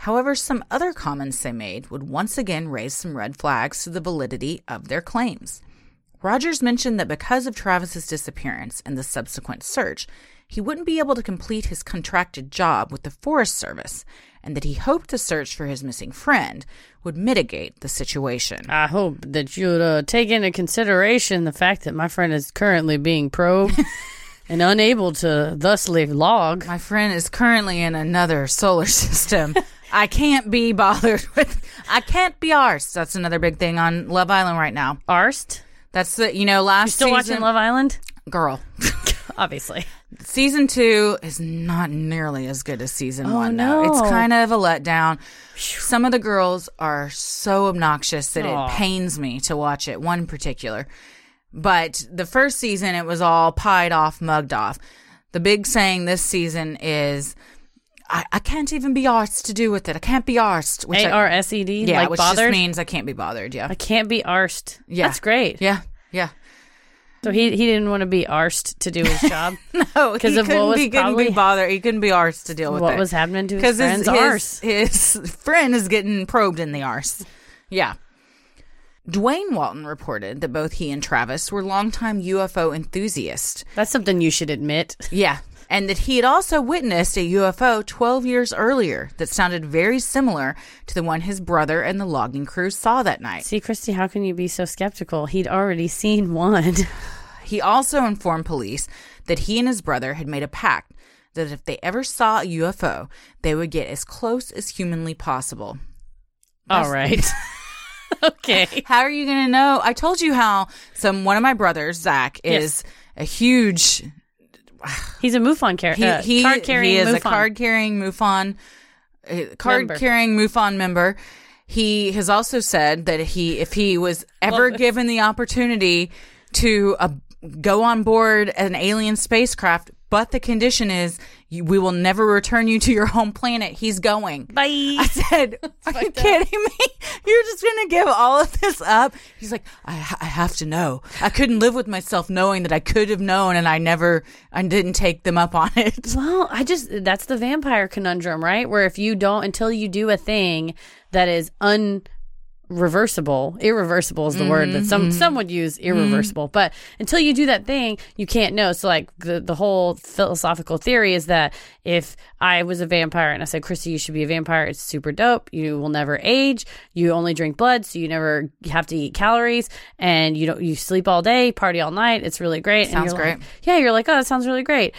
B: However, some other comments they made would once again raise some red flags to the validity of their claims. Rogers mentioned that because of Travis's disappearance and the subsequent search, he wouldn't be able to complete his contracted job with the Forest Service, and that he hoped the search for his missing friend would mitigate the situation.
A: I hope that you'd uh, take into consideration the fact that my friend is currently being probed and unable to thusly log.
B: My friend is currently in another solar system. I can't be bothered with. I can't be arsed. That's another big thing on Love Island right now.
A: Arst.
B: That's the you know last
A: Still watching
B: season-
A: Love Island?
B: girl.
A: Obviously.
B: season two is not nearly as good as season one.
A: Oh, no.
B: though. It's kind of a letdown. Some of the girls are so obnoxious that
A: Aw.
B: it pains me to watch it, one in particular. But the first season, it was all pied off, mugged off. The big saying this season is, I, I can't even be arsed to do with it. I can't be arsed. Which
A: A
B: I-
A: R S E D.
B: yeah,
A: like
B: which
A: bothered.
B: just means I can't be bothered. Yeah.
A: I can't be arsed.
B: yeah.
A: That's great.
B: Yeah. Yeah.
A: So he he didn't want to be arsed to do his job.
B: Oh, he
A: 'Cause of what
B: couldn't
A: was
B: be, couldn't
A: probably-
B: be bothered. He couldn't be arsed to deal with
A: what
B: it.
A: was happening to his
B: because
A: friend's
B: his,
A: arse?
B: his, his friend is getting probed in the arse. Yeah. Dwayne Walton reported that both he and Travis were longtime UFO enthusiasts.
A: That's something you should admit.
B: Yeah. And that he had also witnessed a UFO 12 years earlier that sounded very similar to the one his brother and the logging crew saw that night.
A: See, Christy, how can you be so skeptical? He'd already seen one.
B: He also informed police that he and his brother had made a pact that if they ever saw a UFO, they would get as close as humanly possible.
A: All right. okay.
B: How are you going to know? I told you how some one of my brothers, Zach,
A: Yes.
B: is a huge
A: He's a MUFON car- uh, card carrying
B: he is a
A: MUFON.
B: card carrying MUFON uh, card carrying MUFON member. He has also said that he if he was ever given the opportunity to uh, go on board an alien spacecraft, but the condition is you, we will never return you to your home planet. He's going.
A: Bye.
B: I said, "Are you kidding me? You're just gonna give all of this up?" He's like, I, ha- "I have to know. I couldn't live with myself knowing that I could have known, and I never, I didn't take them up on it."
A: Well, I just that's the vampire conundrum, right? Where if you don't until you do a thing that is unreversible, irreversible is the word that
B: Mm-hmm.
A: some some would use irreversible, but until you do that thing, you can't know. So like the the whole philosophical theory is that if I was a vampire and I said, "Christy, you should be a vampire. It's super dope. You will never age. You only drink blood, so you never have to eat calories and you don't you sleep all day, party all night. It's really great." And
B: Sounds
A: you're like,
B: great.
A: yeah, you're like, oh, that sounds really great.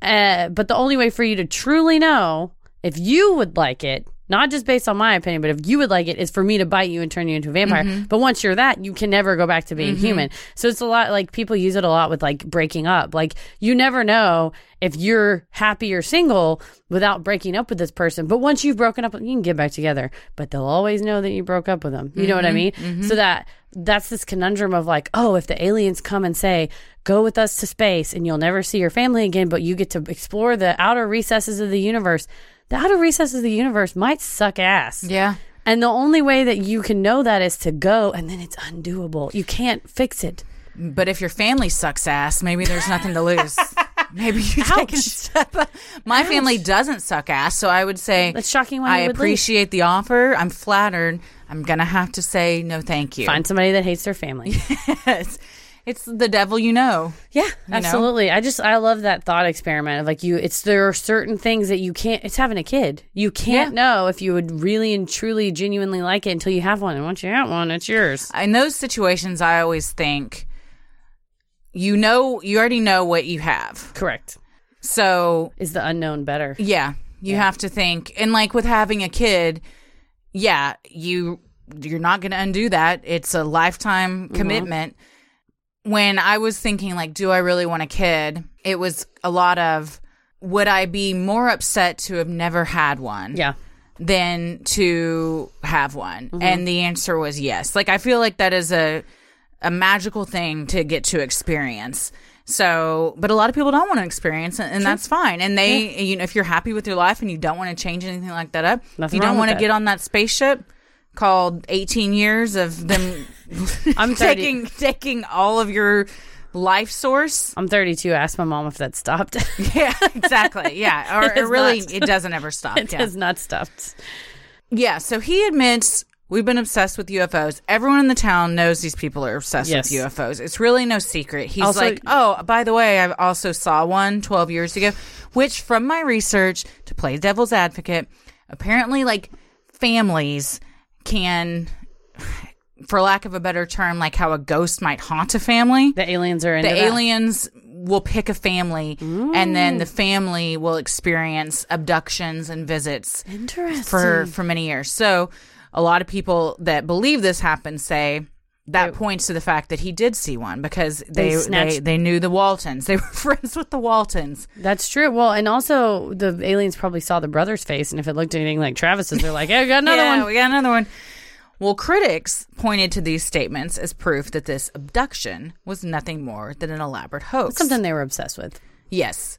A: Uh, but the only way for you to truly know if you would like it, not just based on my opinion, but if you would like it, is for me to bite you and turn you into a vampire. But once you're that, you can never go back to being human. So it's a lot like people use it a lot with like breaking up. Like you never know if you're happy or single without breaking up with this person. But once you've broken up, with- you can get back together. But they'll always know that you broke up with them. You know what I mean? So that that's this conundrum of like, oh, if the aliens come and say, go with us to space and you'll never see your family again, but you get to explore the outer recesses of the universe, the outer recesses of the universe might suck ass.
B: Yeah,
A: And the only way that you can know that is to go and then it's undoable. You can't fix it.
B: but if your family sucks ass, maybe there's nothing to lose. maybe you take
A: Ouch.
B: a step. Up. My family doesn't suck ass, so I would say
A: That's shocking why
B: I
A: you would leave.
B: appreciate the offer. I'm flattered. I'm gonna have to say no, thank you.
A: Find somebody that hates their family.
B: Yes. It's the devil you know.
A: Yeah, absolutely. I just I love that thought experiment of like you. It's there are certain things that you can't. It's having a kid. You can't know if you would really and truly genuinely like it until you have one. And once you have one, it's yours.
B: in those situations i always think you know you already know what you have
A: Correct.
B: so
A: Is the unknown better?
B: yeah you have to think and like with having a kid yeah you you're not going to undo that it's a lifetime commitment when i was thinking like do i really want a kid it was a lot of would i be more upset to have never had one
A: Yeah.
B: than to have one
A: Mm-hmm.
B: and the answer was yes like i feel like that is a a magical thing to get to experience so but a lot of people don't want to experience it, and, that's fine and they you know if you're happy with your life and you don't want to change anything like that up
A: Nothing
B: you don't
A: wrong with
B: want to
A: that.
B: get on that spaceship called 18 years of them
A: I'm 30,
B: taking taking all of your life source
A: I'm 32. Ask my mom if that stopped. it
B: yeah exactly yeah or it,
A: is
B: really
A: not.
B: it doesn't ever stop yeah.
A: has not stopped.
B: Yeah, so he admits we've been obsessed with UFOs. Everyone in the town knows these people are obsessed
A: Yes.
B: with UFOs. It's really no secret. He's
A: Also-
B: like, "Oh, by the way, I also saw one 12 years ago, which from my research to play devil's advocate, apparently like families can for lack of a better term, like how a ghost might haunt a family
A: The aliens are into
B: the
A: that.
B: aliens will pick a family and then the family will experience abductions and visits for for many years so a lot of people that believe this happened say that points to the fact that he did see one because they they, they,
A: snatched-
B: knew the Waltons. They were friends with the Waltons.
A: That's true. Well, and also the aliens probably saw the brother's face, and if it looked anything like Travis's, they're like, "Hey, we got another
B: yeah,
A: one."
B: we got another one. Well, critics pointed to these statements as proof that this abduction was nothing more than an elaborate hoax.
A: Something they were obsessed with.
B: Yes.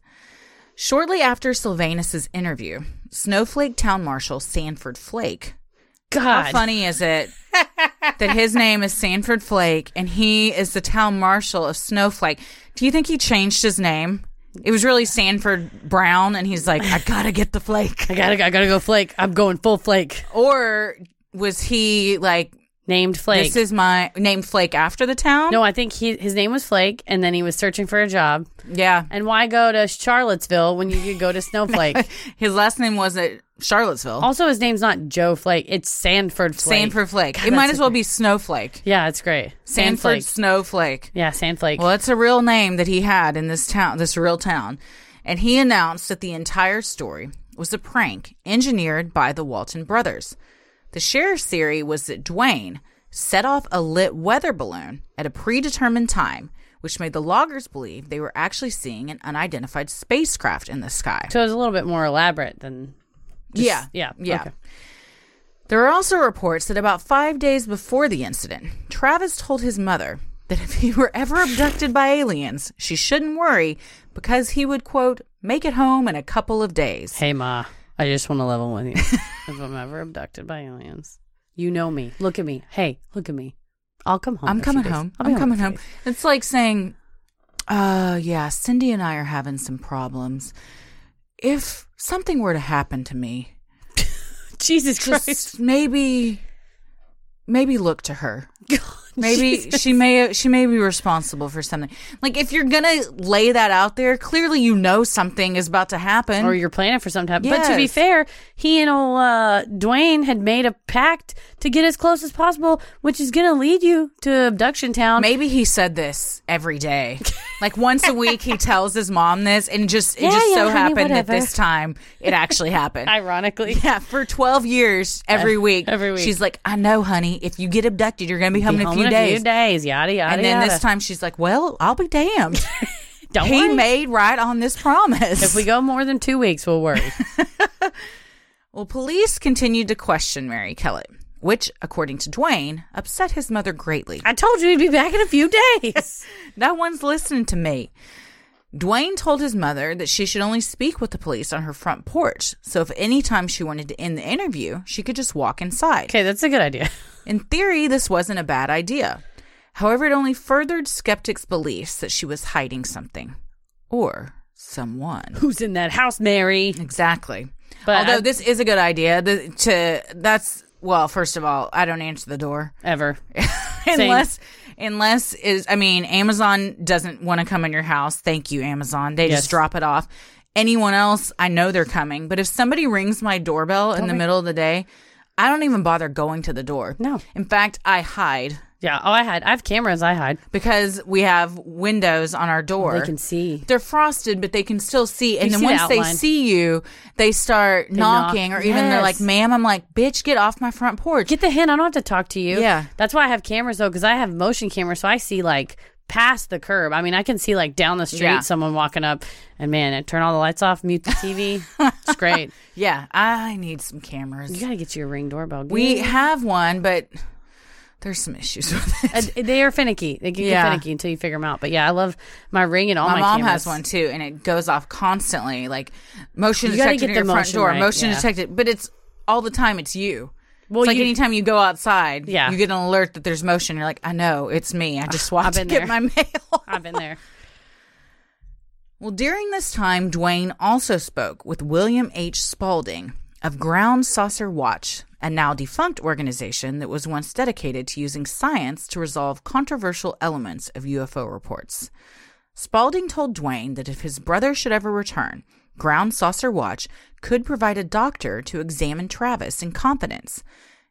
B: Shortly after Sylvanus's interview, Snowflake Town Marshal Sanford Flake
A: God.
B: How funny is it that his name is Sanford Flake and he is the town marshal of Snowflake? Do you think he changed his name? It was really Sanford Brown, and he's like, I gotta get the flake.
A: I gotta, I gotta go flake. I'm going full flake.
B: Or was he like,
A: Named Flake.
B: this is my name Flake after the town?
A: no, I think he, his name was Flake, and then he was searching for a job.
B: Yeah.
A: And why go to Charlottesville when you could go to Snowflake?
B: His last name wasn't Charlottesville.
A: also, his name's not Joe Flake; it's Sanford Oh, Flake.
B: Sanford Flake. it might as well be Snowflake.
A: Yeah, it's great. Sandflake.
B: Sanford Snowflake.
A: Yeah, Sandflake.
B: Well, it's a real name that he had in this town, this real town. And he announced that the entire story was a prank engineered by the Walton brothers. The sheriff's theory was that Dwayne set off a lit weather balloon at a predetermined time, which made the loggers believe they were actually seeing an unidentified spacecraft in the sky.
A: So it was a little bit more elaborate than.
B: yeah.
A: yeah,
B: Yeah.
A: okay.
B: There are also reports that about five days before the incident, Travis told his mother that if he were ever abducted by aliens, she shouldn't worry because he would, quote, make it home in a couple of days.
A: Hey, ma, I just want to level with you. if I'm ever abducted by aliens, you know me. Look at me. Hey, look at me. I'll come home.
B: I'm
A: in a few
B: coming
A: days.
B: home.
A: I'll be
B: I'm coming
A: in a
B: home.
A: few days.
B: It's like saying, uh, yeah, Cindy and I are having some problems. If something were to happen to me,
A: Jesus Christ.
B: just maybe, maybe look to her. Maybe she may she may be responsible for something. Like if you're gonna lay that out there, clearly you know something is about to happen.
A: or you're planning for some time. But to be
B: Yes.
A: fair, he and old uh, Dwayne had made a pact to get as close as possible, which is going to lead you to abduction town.
B: Maybe he said this every day, like once a week. He tells his mom this, and just it
A: Yeah,
B: just
A: yeah,
B: so
A: honey,
B: happened that
A: whatever.
B: this time it actually happened.
A: Ironically,
B: yeah, for twelve years, every week,
A: every week.
B: she's like, "I know, honey. If you get abducted, you're gonna be home in a
A: home
B: few
A: in
B: days."
A: a few days, yada yada.
B: and then
A: yada.
B: this time, she's like, "Well, I'll be damned.
A: don't
B: he
A: worry.
B: made right on this promise."
A: If we go more than two weeks, we'll worry.
B: Well, police continued to question Mary Kellett, which, according to Dwayne, upset his mother greatly.
A: I told you he'd be back in a few days.
B: No one's listening to me. Dwayne told his mother that she should only speak with the police on her front porch, so if any time she wanted to end the interview, she could just walk inside.
A: okay, that's a good idea.
B: In theory, this wasn't a bad idea. However, it only furthered skeptics' beliefs that she was hiding something or someone.
A: Who's in that house, Mary?
B: Exactly.
A: But
B: Although
A: I-
B: this is a good idea the, to that's well, first of all, I don't answer the door
A: Ever.
B: unless unless is I mean Amazon doesn't want to come in your house. Thank you Amazon. They
A: Yes.
B: just drop it off. Anyone else, I know they're coming, but if somebody rings my doorbell in the middle of the day, I don't even bother going to the door.
A: No.
B: In fact, I hide
A: Yeah. Oh, I hide. I have cameras. I hide.
B: because we have windows on our door.
A: They can see.
B: They're frosted, but they can still see. And
A: You
B: then
A: see the
B: once they
A: outline.
B: see you, they start
A: knock.
B: knocking, or even they're like,
A: Yes.
B: "Ma'am," I'm like, "Bitch, get off my front porch."
A: Get the hint. I don't have to talk to you.
B: Yeah.
A: That's why I have cameras though, because I have motion cameras, so I see like past the curb. I mean, I can see like down the street
B: Yeah.
A: someone walking up, and man, I turn all the lights off, mute the TV. it's great.
B: yeah, I need some cameras.
A: You gotta get you a ring doorbell.
B: We
A: Get-
B: have one, but there's some issues with it.
A: Uh, they are finicky. They can
B: Yeah.
A: get finicky until you figure them out. But yeah, I love my ring and all
B: My,
A: my,
B: mom
A: cameras.
B: has one too, and it goes off constantly, like motion
A: You gotta get
B: detected in
A: the
B: your front
A: motion
B: door,
A: right,
B: motion
A: yeah.
B: detected. But it's all the time. It's you. Well,
A: Well,
B: it's like
A: you-
B: anytime you go outside,
A: Yeah.
B: you get an alert that there's motion. You're like, I know, it's me. I just
A: I've
B: walked to
A: been
B: get
A: there.
B: my mail.
A: I've been there.
B: Well, during this time, Dwayne also spoke with William H. Spaulding of Ground Saucer Watch, a now defunct organization that was once dedicated to using science to resolve controversial elements of UFO reports. Spaulding told Dwayne that if his brother should ever return, Ground Saucer Watch could provide a doctor to examine Travis in confidence.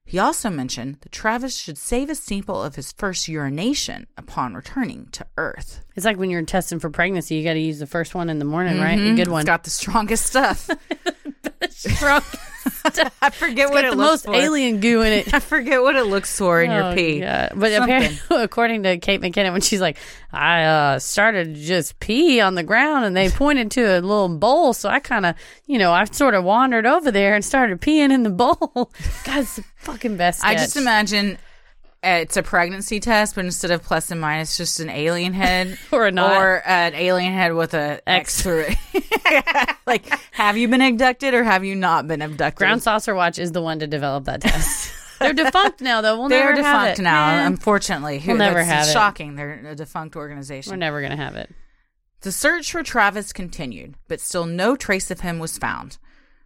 B: He also mentioned that Travis should save a sample of his first urination upon returning to Earth.
A: It's like when you're testing for pregnancy, you got to use the first one in the morning, right? A good one.
B: It's got the strongest stuff. I forget
A: It's
B: what
A: got
B: it
A: the most
B: looks for.
A: alien goo in it.
B: I forget what it looks for in your
A: Oh,
B: pee.
A: Yeah, but
B: Something.
A: apparently, according to Kate McKinnon, when she's like, I uh, started to just pee on the ground, and they pointed to a little bowl, so I kind of, you know, I sort of wandered over there and started peeing in the bowl. God, it's the fucking best.
B: I just
A: sketch.
B: imagine uh, it's a pregnancy test, but instead of plus and minus, just an alien head
A: Or a knot.
B: or an alien head with a X through it. like, have you been abducted or have you not been abducted?
A: Ground Saucer Watch is the one to develop that test. They're defunct now, though. We'll
B: They're
A: never have
B: defunct
A: it.
B: now,
A: Meh.
B: unfortunately. Who-
A: We'll never
B: that's-
A: have
B: it's
A: it.
B: shocking. They're a defunct
A: We're
B: organization.
A: never gonna have it.
B: The search for Travis continued, but still no trace of him was found.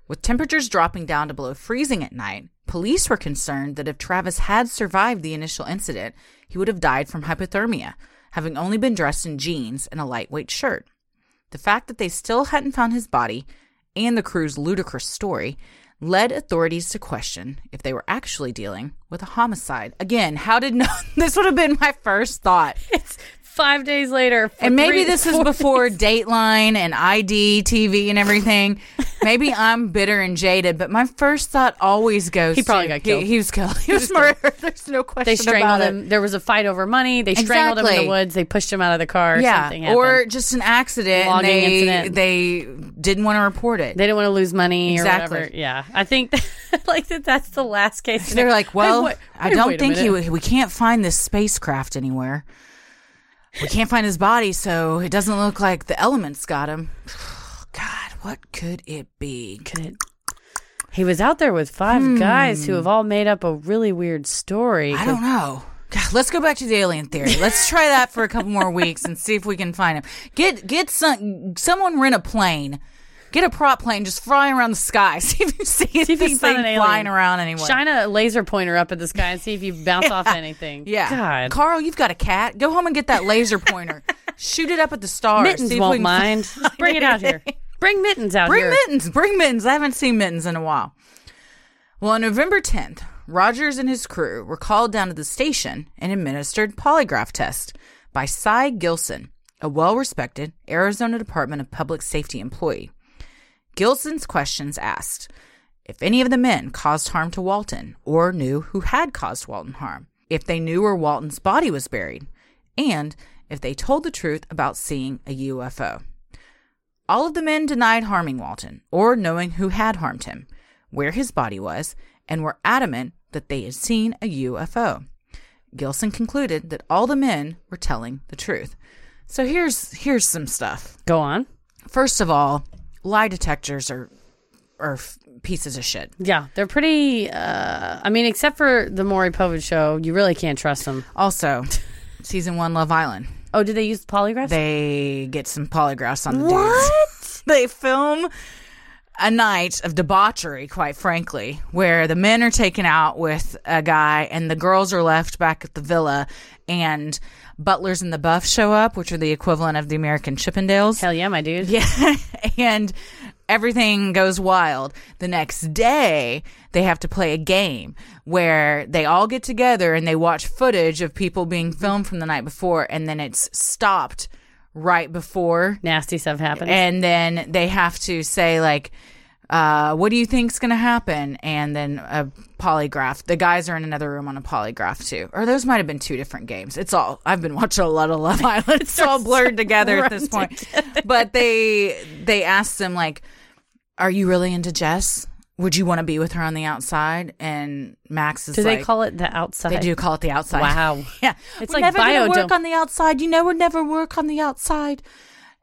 B: With temperatures dropping down to below freezing at night, police were concerned that if Travis had survived the initial incident, he would have died from hypothermia, having only been dressed in jeans and a lightweight shirt. The fact that they still hadn't found his body and the crew's ludicrous story led authorities to question if they were actually dealing with a homicide. Again, how did no this would have been my first thought.
A: Five days later, for
B: And
A: three-
B: maybe this is
A: four
B: before
A: days-
B: Dateline and ID TV and everything. maybe I'm bitter and jaded, but my first thought always goes
A: He probably
B: to-
A: got killed.
B: He, he was killed. He was murdered. There's no question
A: They strangled
B: about it.
A: him. There was a fight over money. They strangled him in
B: Exactly.
A: the woods. They pushed him out of the car.
B: yeah,
A: something
B: or
A: happened.
B: just an accident. and
A: Logging
B: they
A: incident.
B: they didn't want to report it.
A: they didn't want to lose money.
B: Exactly.
A: Or whatever. Yeah, I think like that. That's the last case.
B: They're like, well,
A: wait-
B: I
A: wait-
B: don't
A: wait a
B: think he.
A: minute.
B: wa- We can't find this spacecraft anywhere. We can't find his body, so it doesn't look like the elements got him. God, what could it be?
A: Could it- He was out there with five guys who have all made up a really weird story.
B: Hmm. I don't know. God, let's go back to the alien theory. Let's try that for a couple more weeks and see if we can find him. Get get some someone rent a plane. Get a prop plane, just fly around the sky. See if you see,
A: See if you
B: this
A: can
B: thing
A: find an alien.
B: flying around anywhere.
A: Shine a laser pointer up at the sky and see if you bounce off anything.
B: Yeah.
A: God.
B: Carl, you've got a cat. Go home and get that laser pointer. Shoot it up at the stars. See if
A: mittens
B: we
A: won't
B: can-
A: mind. Just bring it out here. Bring mittens out
B: Bring
A: here.
B: mittens. Bring mittens. I haven't seen mittens in a while. Well, on November 10th, Rogers and his crew were called down to the station and administered polygraph tests by Cy Gilson, a well respected Arizona Department of Public Safety employee. Gilson's questions asked if any of the men caused harm to Walton or knew who had caused Walton harm, if they knew where Walton's body was buried, and if they told the truth about seeing a UFO. All of the men denied harming Walton or knowing who had harmed him, where his body was, and were adamant that they had seen a UFO. Gilson concluded that all the men were telling the truth. So here's here's some stuff.
A: Go on.
B: First of all, lie detectors are are f- pieces of shit.
A: Yeah, they're pretty. Uh, I mean, except for the Maury Povich show, you really can't trust them.
B: Also, season 1 Love Island.
A: Oh, did they use polygraphs?
B: They get some polygraphs on the dudes. they film a night of debauchery, quite frankly, where the men are taken out with a guy and the girls are left back at the villa and butlers and the buff show up, which are the equivalent of the American Chippendales.
A: Hell yeah, my dude.
B: Yeah. and everything goes wild. The next day, they have to play a game where they all get together and they watch footage of people being filmed from the night before, and then it's stopped right before.
A: Nasty stuff happens.
B: And then they have to say, like, uh, what do you think's going to happen? And then a polygraph. The guys are in another room on a polygraph too. Or those might have been two different games. It's all I've been watching a lot of Love Island. It's all blurred together at this point. But they they asked them like, "Are you really into Jess? Would you want to be with her on the outside?" And Max is
A: do they
B: like,
A: call it the outside?
B: "They do call it the outside."
A: Wow.
B: Yeah.
A: It's
B: we're
A: like
B: never gonna
A: biodome.
B: work on the outside. You know we'll never work on the outside.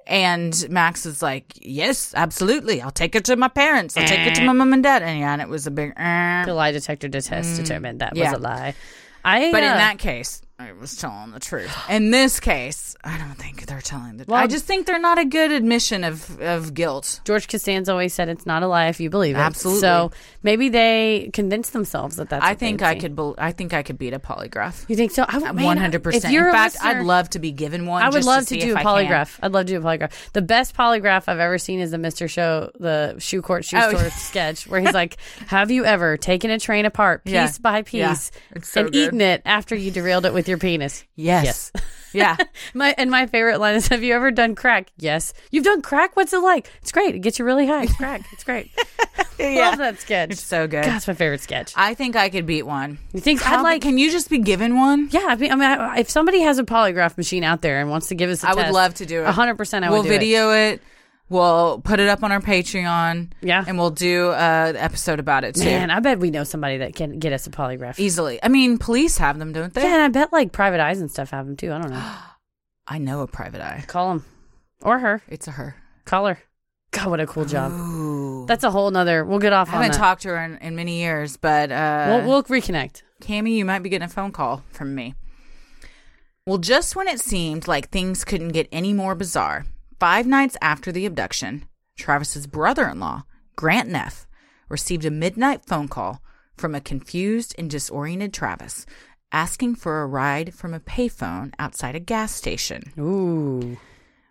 B: And Max is like, Yes, absolutely. I'll take it to my parents. I'll take it
A: Eh.
B: to my mom and dad. And yeah, and it was a big "Eh."
A: The lie detector test determined that
B: Mm, yeah.
A: was a lie. I.
B: But
A: uh,
B: in that case, I was telling the truth. In this case, I don't think they're telling the truth.
A: Well-
B: I just think they're not a good admission of, of guilt.
A: George Costanza always said it's not a lie if you believe it.
B: Absolutely.
A: So maybe they convinced themselves that that's.
B: I
A: what they
B: think
A: had
B: I
A: seen.
B: could. Bel- I think I could beat a polygraph.
A: You think so? I would- man,
B: One hundred
A: If
B: percent.
A: you're
B: In
A: a
B: fact, I'd
A: listener-
B: love to be given one.
A: I would
B: just
A: love to,
B: see
A: do
B: if
A: a
B: I can.
A: polygraph. I'd love to do a polygraph. The best polygraph I've ever seen is the Mr. Show, the shoe court shoe
B: Oh,
A: store
B: yeah.
A: sketch where he's like, "Have you ever taken a train apart piece
B: Yeah.
A: by
B: Yeah.
A: piece
B: It's so
A: and
B: good.
A: eaten it after you derailed it with your penis?"
B: Yes. yeah.
A: My and my favorite line is, "Have you ever done crack?" Yes. You've done crack. What's it like? It's great. It gets you really high. It's crack. It's great.
B: yeah.
A: Love that sketch.
B: It's so good.
A: God, it's my favorite sketch.
B: I think I could beat one.
A: You think
B: How
A: I'd like?
B: Can you just be given one?
A: yeah, I mean, I mean, I- if somebody has a polygraph machine out there and wants to give us, a
B: I would
A: test,
B: love to do it.
A: hundred percent. I
B: we'll
A: would do it.
B: video it. We'll put it up on our Patreon.
A: Yeah.
B: and we'll do uh, an episode about it too.
A: Man, I bet we know somebody that can get us a polygraph. Yeah,
B: Easily. I mean, police have them, don't they?
A: and I bet like private eyes and stuff have them too. I don't know.
B: I know a private eye.
A: Call them or her.
B: It's a her.
A: Call her. God, what a cool job.
B: Ooh.
A: That's a whole nother. We'll get off
B: Oh. I
A: on
B: haven't
A: that.
B: talked to her in, in many years, but uh,
A: we'll, we'll reconnect.
B: Cammy, you might be getting a phone call from me. Well, just when it seemed like things couldn't get any more bizarre, five nights after the abduction, Travis's brother in law, Grant Neff, received a midnight phone call from a confused and disoriented Travis asking for a ride from a payphone outside a gas station.
A: Ooh.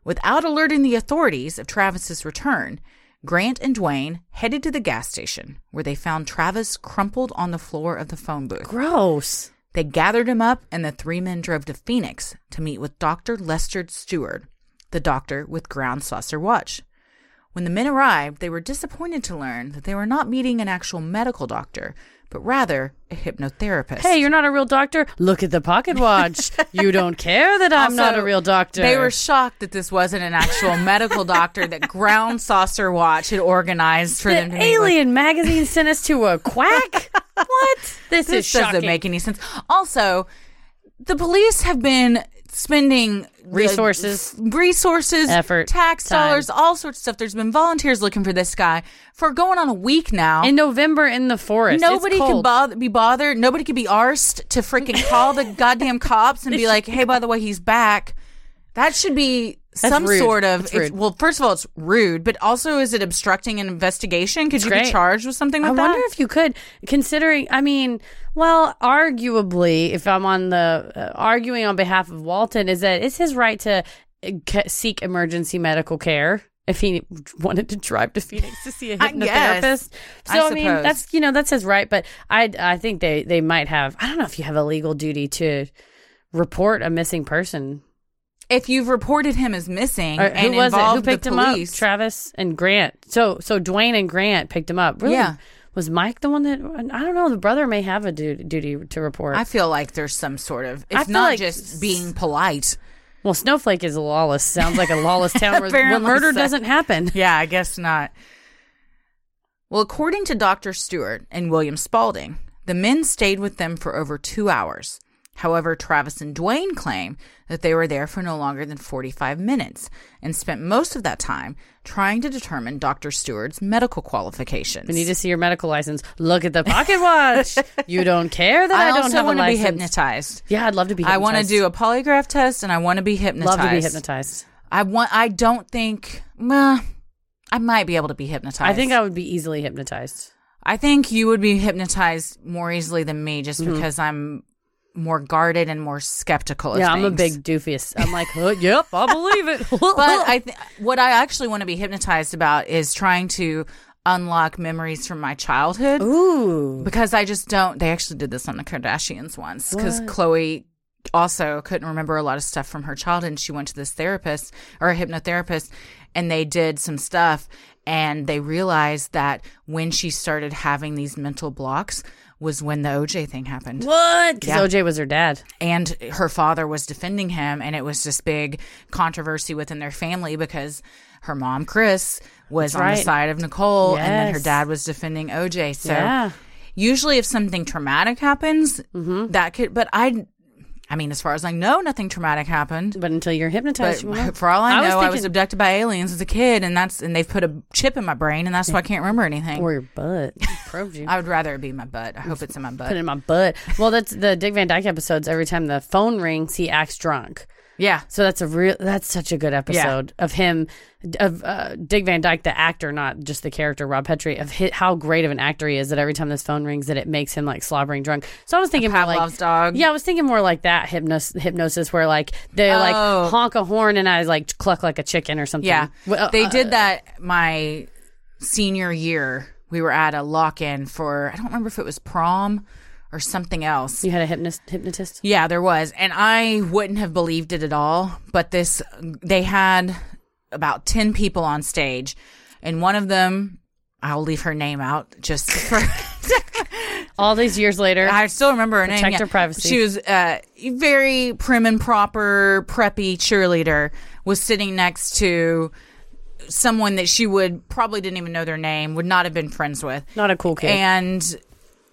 B: Without alerting the authorities of Travis's return, Grant and Dwayne headed to the gas station where they found Travis crumpled on the floor of the phone booth.
A: Gross.
B: They gathered him up and the three men drove to Phoenix to meet with Dr. Lester Stewart, the doctor with ground saucer watch. When the men arrived, they were disappointed to learn that they were not meeting an actual medical doctor, but rather a hypnotherapist.
A: Hey, you're not a real doctor? Look at the pocket watch. you don't care that I'm not
B: Also,
A: a real doctor.
B: They were shocked that this wasn't an actual medical doctor that Ground Saucer Watch had organized for
A: the
B: them to meet with.
A: Alien magazine sent us to a quack? what? This, is
B: This doesn't
A: shocking.
B: make any sense. Also, the police have been spending the-
A: Resources.
B: resources,
A: Effort,
B: tax
A: time.
B: dollars, all sorts of stuff. There's been volunteers looking for this guy for going on a week now.
A: in November in the forest. It's
B: Nobody can
A: cold.
B: bother, be bothered. Nobody can be arsed to freaking call the goddamn cops and be like, "Hey, by the way, he's back." That should be some
A: rude.
B: sort of.
A: That's
B: it's-
A: rude.
B: well, first of all, it's rude, but also, is it obstructing an investigation? Could you be
A: great.
B: charged with something
A: I
B: like that?
A: wonder if you could, considering. I mean, well, arguably, if I'm on the uh, arguing on behalf of Walton, is that it's his right to uh, c- seek emergency medical care if he wanted to drive to Phoenix to see a
B: I guess.
A: hypnotherapist.
B: I
A: So I, mean,
B: suppose.
A: that's you know that's his right, but I I think they they might have. I don't know if you have a legal duty to report a missing person.
B: if you've reported him as missing
A: Or
B: and
A: Uh, who was it? Who
B: involved
A: picked
B: the
A: him up?
B: police,
A: Travis and Grant. So so Dwayne and Grant picked him up. Really?
B: Yeah.
A: Was Mike the one that I don't know? The brother may have a du- duty to report.
B: I feel like there's some sort of.
A: I
B: It's
A: feel
B: not
A: like s-
B: just being polite.
A: well, Snowflake is lawless. Sounds like a lawless town where, where
B: Apparently
A: murder
B: so.
A: doesn't happen.
B: Yeah, I guess not. Well, according to Dr. Stewart and William Spaulding, the men stayed with them for over two hours. However, Travis and Dwayne claim that they were there for no longer than 45 minutes and spent most of that time trying to determine Dr. Stewart's medical qualifications.
A: We need to see your medical license. Look at the pocket watch. you don't care that I,
B: I,
A: don't
B: also
A: have a
B: want to be
A: license.
B: hypnotized.
A: Yeah, I'd love to be.
B: I
A: hypnotized.
B: want to do a polygraph test and I want to be hypnotized.
A: Love to be hypnotized.
B: I want I don't think well, I might be able to be hypnotized.
A: I think I would be easily hypnotized.
B: I think you would be hypnotized more easily than me just
A: Mm-hmm.
B: because I'm more guarded and more skeptical. Of
A: yeah, I'm a
B: things.
A: big doofius. I'm like, "Huh, yep, I believe it.
B: But I th- what I actually want to be hypnotized about is trying to unlock memories from my childhood
A: ooh,
B: because I just don't. They actually did this on the Kardashians once because
A: What?
B: Chloe also couldn't remember a lot of stuff from her childhood. And she went to this therapist or a hypnotherapist, and they did some stuff, and they realized that when she started having these mental blocks was when the OJ thing happened.
A: what? Because
B: Yeah.
A: OJ was her dad.
B: And her father was defending him, and it was this big controversy within their family because her mom, Chris, was
A: That's
B: on the
A: right.
B: side of Nicole, and then her
A: Yes.
B: dad was defending OJ. So
A: Yeah.
B: usually if something traumatic happens
A: Mm-hmm.
B: that could but i i mean as far as i know nothing traumatic happened
A: But until you're hypnotized,
B: but
A: you won't know.
B: for all i know i was
A: thinking-
B: abducted by aliens as a kid and that's and they've put a chip in my brain and that's why i can't remember anything
A: or your butt probed you.
B: i would rather it be my butt i hope it's in my
A: Put it
B: butt
A: in my butt. Well, that's the Dick Van Dyke episodes. Every time the phone rings, he acts drunk.
B: yeah
A: So that's a real. That's such a good episode of him, of uh, Dick Van Dyke, the actor, not just the character Rob Petrie. Of hi how great of an actor he is that every time this phone rings, that it makes him like slobbering drunk. So I was thinking more like
B: Pavlov's dog.
A: Yeah, I was thinking more like that hypnosis, hypnosis where like they like
B: Oh.
A: honk a horn and I like cluck like a chicken or something.
B: yeah
A: Well,
B: they
A: uh,
B: did that my senior year we were at a lock-in for i don't remember if it was prom or something else
A: You had a hypnotist. Hypnotist.
B: Yeah, there was. And I wouldn't have believed it at all. But this, they had about 10 people on stage. And one of them, I'll leave her name out just for.
A: All these years later,
B: I still remember her name.
A: Protect her privacy.
B: She was uh, very prim and proper, preppy cheerleader, was sitting next to someone that she would probably didn't even know their name, would not have been friends with
A: not a cool kid.
B: and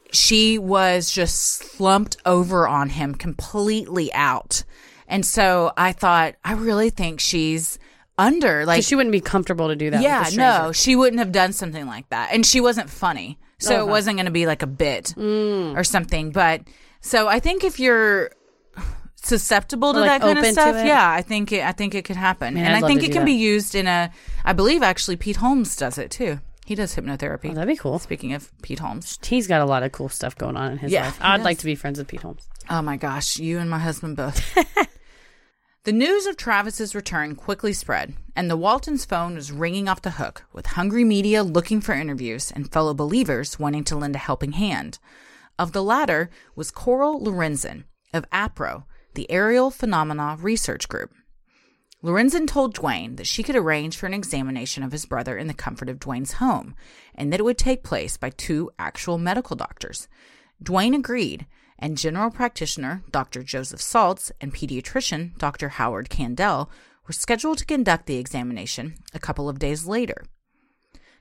B: she was just slumped over on him completely out and so i thought i really think she's under. Like
A: she wouldn't be comfortable to do that. with
B: yeah,
A: a stranger.
B: no, she wouldn't have done something like that. And she wasn't funny. So
A: Uh-huh.
B: it wasn't going to be like a bit
A: Mm.
B: or something. But so I think if you're susceptible to
A: Or, like,
B: that kind of
A: open to
B: stuff,
A: it?
B: yeah, I think it, I think it could happen.
A: Man,
B: and
A: I'd
B: I
A: love
B: think
A: to
B: it
A: do
B: can
A: that.
B: be used in a I believe actually Pete Holmes does it too. He does hypnotherapy.
A: Oh, that'd be cool.
B: Speaking of Pete Holmes.
A: He's got a lot of cool stuff going on in his
B: Yeah,
A: life.
B: he
A: I'd
B: does.
A: like to be friends with Pete Holmes.
B: Oh my gosh, you and my husband both. the news of Travis's return quickly spread, and the Waltons' phone was ringing off the hook, with hungry media looking for interviews and fellow believers wanting to lend a helping hand. Of the latter was Coral Lorenzen of APRO, the Aerial Phenomena Research Group. Lorenzen told Duane that she could arrange for an examination of his brother in the comfort of Duane's home, and that it would take place by two actual medical doctors. Duane agreed, and general practitioner Dr. Joseph Saltz and pediatrician Dr. Howard Candell were scheduled to conduct the examination a couple of days later.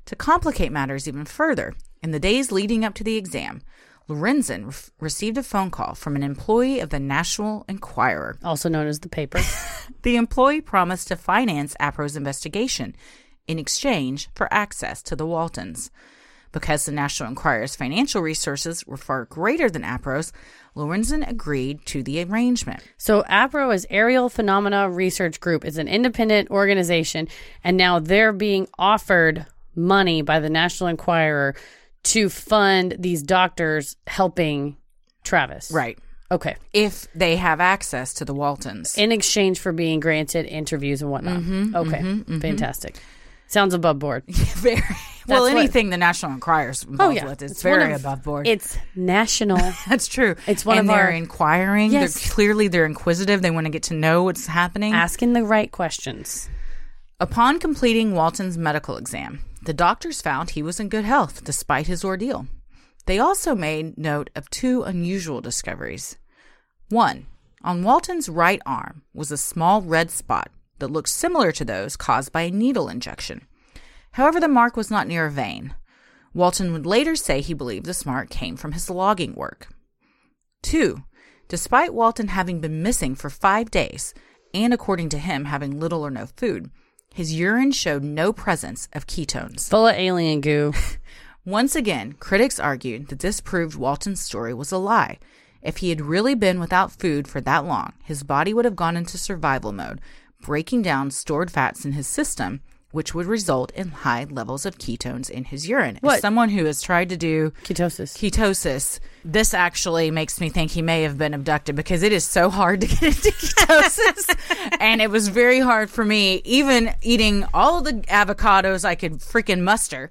B: To complicate matters even further, in the days leading up to the exam, Lorenzen re- received a phone call from an employee of the National Enquirer.
A: Also known as the paper.
B: The employee promised to finance APRO's investigation in exchange for access to the Waltons. Because the National Enquirer's financial resources were far greater than APRO's, Lorenzen agreed to the arrangement.
A: So APRO is Aerial Phenomena Research Group. It's an independent organization, and now they're being offered money by the National Enquirer to fund these doctors helping Travis.
B: Right.
A: Okay.
B: If they have access to the Waltons.
A: In exchange for being granted interviews and whatnot.
B: Mm-hmm,
A: okay. Fantastic. Sounds above board.
B: very, well,
A: what- Oh,
B: anything the National Enquirer's involved with is
A: It's one
B: very
A: of-
B: above board.
A: It's national.
B: That's true.
A: It's one
B: and
A: of
B: they're
A: our-
B: inquiring.
A: Yes.
B: They're clearly they're inquisitive. They want to get to know what's happening.
A: asking the right questions.
B: Upon completing Walton's medical exam, the doctors found he was in good health despite his ordeal. They also made note of two unusual discoveries. One, on Walton's right arm was a small red spot that looked similar to those caused by a needle injection. However, the mark was not near a vein. Walton would later say he believed this mark came from his logging work. Two, despite Walton having been missing for five days, and according to him, having little or no food, his urine showed no presence of ketones.
A: Full of alien goo.
B: Once again, critics argued that this proved Walton's story was a lie. If he had really been without food for that long, his body would have gone into survival mode, breaking down stored fats in his system, which would result in high levels of ketones in his urine.
A: What-
B: As someone who has tried to do
A: Ketosis.
B: ketosis. This actually makes me think he may have been abducted because it is so hard to get into ketosis. and it was very hard for me, even eating all the avocados I could freaking muster.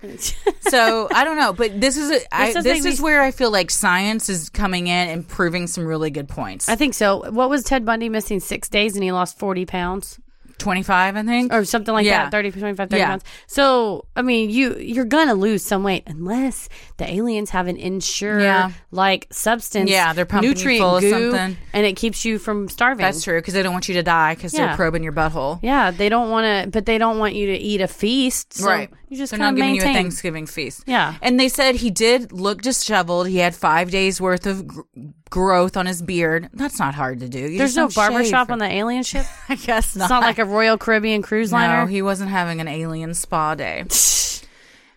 B: So I don't know, but this is a, I,
A: does
B: this
A: make
B: is
A: me-
B: where I feel like science is coming in and proving some really good points.
A: I think so. What was Ted Bundy missing six days and he lost 40 pounds
B: Twenty five, I think.
A: or something like
B: Yeah.
A: that? 30, 25, 30
B: Yeah.
A: pounds. So, I mean, you, you're going to lose some weight unless the aliens have an insure
B: Yeah.
A: like substance.
B: Yeah, they're pumping you
A: nutrient
B: full of
A: goo,
B: something.
A: And it keeps you from starving.
B: That's true because they don't want you to die because
A: Yeah.
B: they're probing your butthole.
A: Yeah. They don't want to, but they don't want you to eat a feast. So
B: right.
A: You just
B: They're
A: kind
B: not
A: of
B: giving
A: maintain.
B: you a Thanksgiving feast.
A: Yeah.
B: And they said he did look disheveled. He had five days worth of gr- growth on his beard. That's not hard to do. You
A: There's
B: just
A: no
B: don't shave
A: barbershop
B: for-
A: on the alien ship.
B: I guess not.
A: It's not like a Royal Caribbean cruise liner.
B: No, he wasn't having an alien spa day.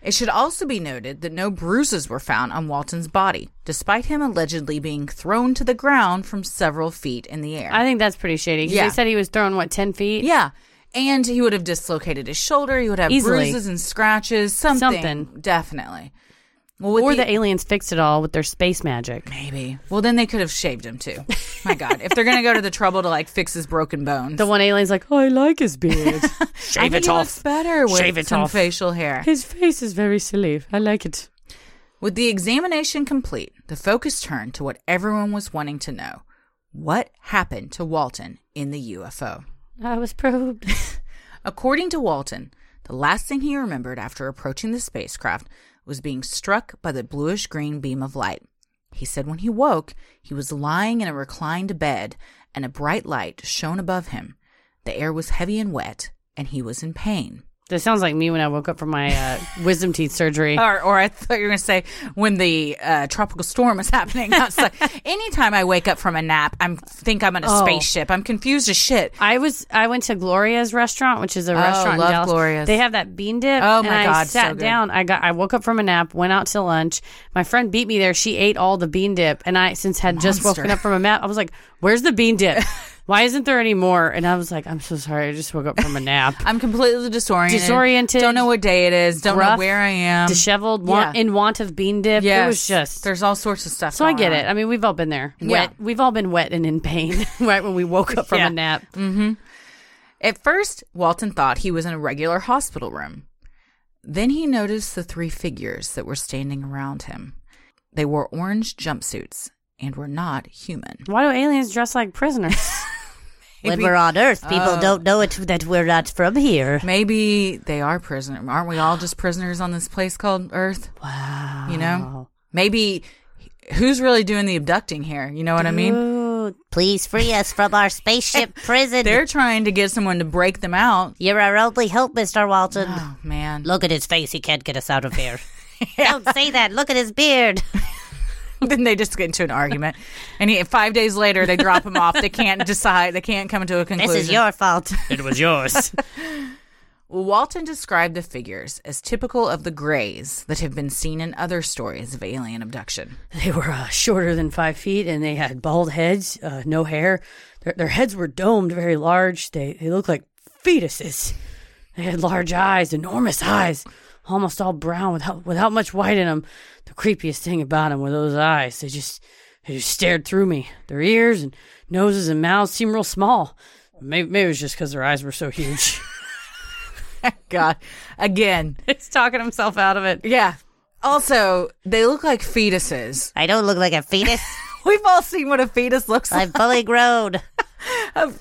B: It should also be noted that no bruises were found on Walton's body, despite him allegedly being thrown to the ground from several feet in the air.
A: I think that's pretty shady. 'cause
B: Yeah.
A: They said he was thrown what ten feet.
B: Yeah. And he would have dislocated his shoulder. He would have
A: Easily.
B: bruises and scratches. Something.
A: Something.
B: Definitely. Well, with
A: or the, aliens fixed it all with their space magic.
B: maybe. Well, then they could have shaved him too. My God, if they're gonna go to the trouble to like fix his broken bones,
A: The one alien's like, oh, I like his beard.
B: I think he looks better with
A: Shave it
B: some
A: off.
B: facial hair.
A: his face is very silly. I like it.
B: With the examination complete, the focus turned to what everyone was wanting to know: what happened to Walton in the UFO?
A: I was probed.
B: According to Walton, the last thing he remembered after approaching the spacecraft was being struck by the bluish green beam of light. He said when he woke, he was lying in a reclined bed and a bright light shone above him. The air was heavy and wet, and he was in pain.
A: This sounds like me when I woke up from my uh, wisdom teeth surgery.
B: Or, or I thought you were going to say when the uh, tropical storm is happening. I was like, anytime I wake up from a nap, I am think I'm in a
A: Oh.
B: spaceship. I'm confused as shit.
A: I was I went to Gloria's restaurant, which is a restaurant. in
B: Oh, love
A: Dallas.
B: Gloria's.
A: They have that bean dip.
B: Oh,
A: and
B: my
A: I
B: God, so
A: Sat
B: good.
A: down. I got. I woke up from a nap. Went out to lunch. My friend beat me there. She ate all the bean dip, and I since had just
B: Monster.
A: woken up from a nap. I was like, "Where's the bean dip? Why isn't there any more?" And I was like, "I'm so sorry. I just woke up from a nap."
B: I'm completely disoriented.
A: Disoriented.
B: Don't know what day it is. Don't know
A: Gruff,
B: where I am.
A: Disheveled, want,
B: Um, Yeah.
A: in want of bean dip.
B: Yes.
A: It was just.
B: There's all sorts of stuff.
A: so I get
B: going
A: it. I mean, we've all been there.
B: Yeah.
A: Wet. We've all been wet and in pain right when we woke up from
B: Yeah.
A: a nap.
B: At first, Walton thought he was in a regular hospital room. Then he noticed the three figures that were standing around him. They wore orange jumpsuits and were not human.
A: Why do aliens dress like prisoners?
C: When we're on Earth, people
B: Oh.
C: don't know it, that we're not from here.
B: Maybe they are prisoners. Aren't we all just prisoners on this place called Earth?
A: Wow.
B: You know? Maybe who's really doing the abducting here? You know what I mean?
A: Ooh,
C: Please free us from our spaceship prison.
B: They're trying to get someone to break them out.
C: You're our only hope, Mr. Walton.
A: Ah.
B: Oh, man.
C: Look at his face. He can't get us out of here. Don't say that. Look at his beard.
B: then they just get into an argument. And he, five days later, they drop him off. They can't decide. They can't come to a conclusion.
C: This is your fault.
A: it was yours.
B: Walton described the figures as typical of the grays that have been seen in other stories of alien abduction.
A: they were uh, shorter than five feet and they had bald heads, uh, no hair. Their, their heads were domed, very large. They, they looked like fetuses. They had large eyes, enormous eyes, almost all brown without, without much white in them. The creepiest thing about them were those eyes. They just, they just stared through me. Their ears and noses and mouths seemed real small. Maybe, maybe it was just because their eyes were so huge.
B: God, again,
A: He's talking himself out of it.
B: yeah. Also, they look like fetuses.
C: I don't look like a fetus.
B: We've all seen what a fetus looks like.
C: I'm fully grown.
B: Uh,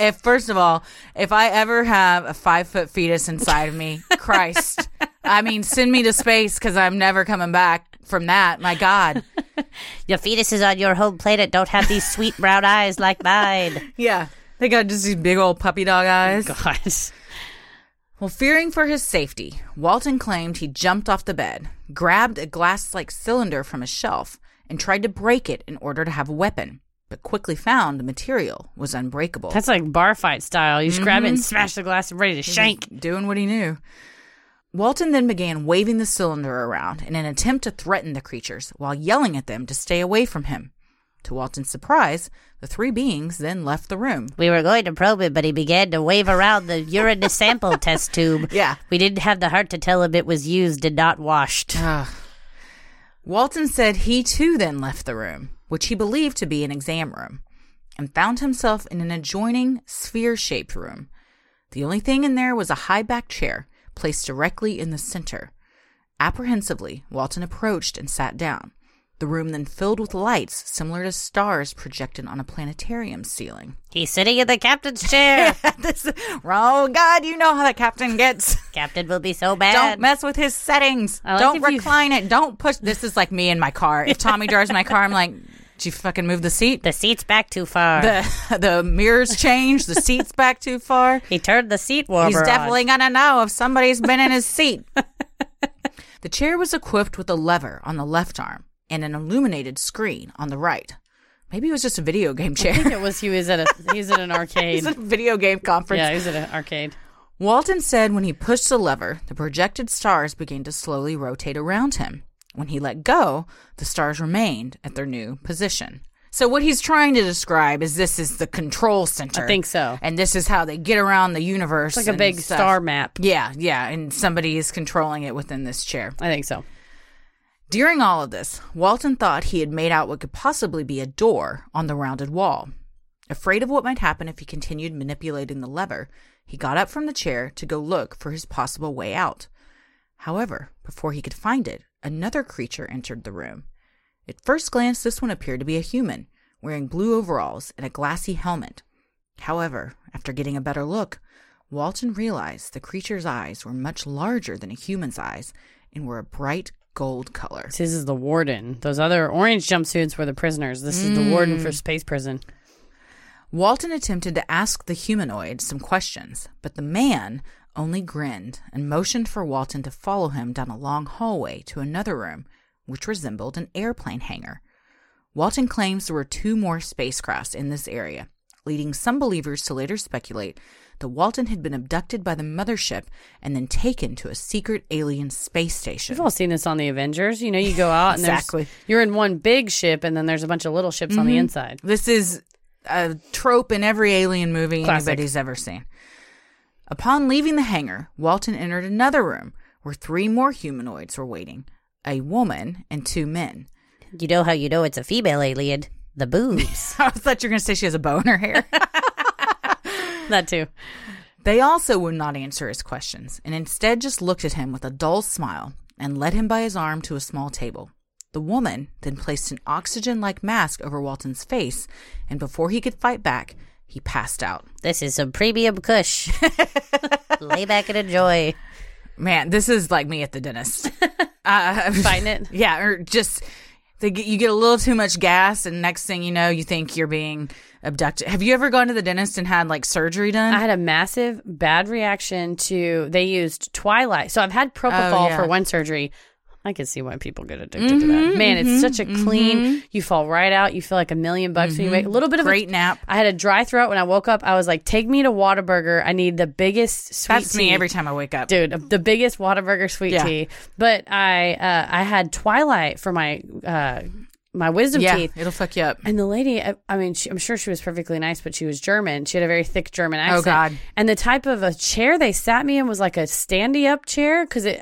B: If, first of all, if I ever have a five foot fetus inside of me, Christ, I mean, send me to space because I'm never coming back from that. My God,
C: Your fetuses on your home planet don't have these sweet brown eyes like mine.
B: yeah, they got just these big old puppy dog eyes.
A: God.
B: Well, fearing for his safety, Walton claimed he jumped off the bed, grabbed a glass like cylinder from a shelf, and tried to break it in order to have a weapon, but quickly found the material was unbreakable.
A: That's like bar fight style. You just grab it
C: Mm-hmm.
A: and smash the glass and ready to shank.
B: doing what he knew. Walton then began waving the cylinder around in an attempt to threaten the creatures while yelling at them to stay away from him. To Walton's surprise, the three beings then left the room.
C: We were going to probe him, but he began to wave around the urine sample test tube.
B: Yeah.
C: We didn't have the heart to tell him it was used and not washed.
B: Ugh. Walton said he too then left the room, which he believed to be an exam room, and found himself in an adjoining sphere shaped room. The only thing in there was a high backed chair placed directly in the center. Apprehensively, Walton approached and sat down. The room then filled with lights similar to stars projected on a planetarium ceiling.
C: He's sitting in the captain's chair.
B: this, oh, God, you know how the captain gets.
C: Captain will be so mad.
B: Don't mess with his settings.
A: I like
B: Don't
A: if you-
B: recline it. Don't push. This is like me in my car. If Tommy drives my car, I'm like, did you fucking move the seat?
C: the seat's back too far.
B: The the mirrors changed. The seat's back too far.
C: he turned the seat warmer
B: He's
C: on.
B: definitely gonna know if somebody's been in his seat. the chair was equipped with a lever on the left arm and an illuminated screen on the right. Maybe it was just a video game chair.
A: It was he was at a he was at an arcade.
B: It's a video game conference.
A: yeah, he was at an arcade.
B: Walton said when he pushed the lever, the projected stars began to slowly rotate around him. When he let go, the stars remained at their new position. So what he's trying to describe is this is the control center.
A: I think so.
B: And this is how they get around the universe.
A: It's like a
B: and
A: big
B: stuff.
A: star map.
B: Yeah, yeah, and somebody is controlling it within this chair.
A: I think so.
B: During all of this, Walton thought he had made out what could possibly be a door on the rounded wall. Afraid of what might happen if he continued manipulating the lever, he got up from the chair to go look for his possible way out. However, before he could find it, another creature entered the room. At first glance, this one appeared to be a human, wearing blue overalls and a glassy helmet. However, after getting a better look, Walton realized the creature's eyes were much larger than a human's eyes and were a bright gold color.
A: This is the warden. Those other orange jumpsuits were the prisoners. This is the warden
B: Mm.
A: for space prison.
B: Walton attempted to ask the humanoid some questions, but the man only grinned and motioned for Walton to follow him down a long hallway to another room, which resembled an airplane hangar. Walton claims there were two more spacecrafts in this area, leading some believers to later speculate that Walton had been abducted by the mothership and then taken to a secret alien space station.
A: We've all seen this on the Avengers. You know, you go out and
B: Exactly. Mm-hmm.
A: there's, you're in one big ship, and then there's a bunch of little ships on the inside.
B: This is a trope in every alien movie
A: Classic.
B: anybody's ever seen. Upon leaving the hangar, Walton entered another room where three more humanoids were waiting a woman and two men.
C: You know how you know it's a female alien? The boobs.
B: I thought you were going to say she has a bone in her hair.
A: That too.
B: they also would not answer his questions and instead just looked at him with a dull smile and led him by his arm to a small table. The woman then placed an oxygen like mask over Walton's face, and before he could fight back, he passed out.
C: this is some premium kush. Lay back and enjoy.
B: Man, this is like me at the dentist.
A: Fighting it.
B: Yeah, or just they get, you get a little too much gas, and next thing you know, you think you're being abducted. Have you ever gone to the dentist and had like surgery done?
A: I had a massive bad reaction to they used Twilight. So I've had propofol
B: Oh, yeah.
A: for one surgery. I can see why people get addicted to
B: Mm-hmm,
A: that. Man, it's such a clean. You fall right out. You feel like a million bucks when you wake. A little bit of
B: Mm-hmm. Great
A: a,
B: nap.
A: I had a dry throat when I woke up. I was like, "Take me to Whataburger. I need the biggest sweet
B: That's me
A: tea."
B: every time I wake up.
A: dude the biggest Whataburger sweet
B: Yeah.
A: tea but i uh, i had twilight for my uh my wisdom
B: yeah,
A: teeth
B: it'll fuck you up.
A: and the lady, I, I mean, she, I'm sure she was perfectly nice, but she was German. She had a very thick German accent.
B: Oh, God.
A: And the type of a chair they sat me in was like a standy up chair because I,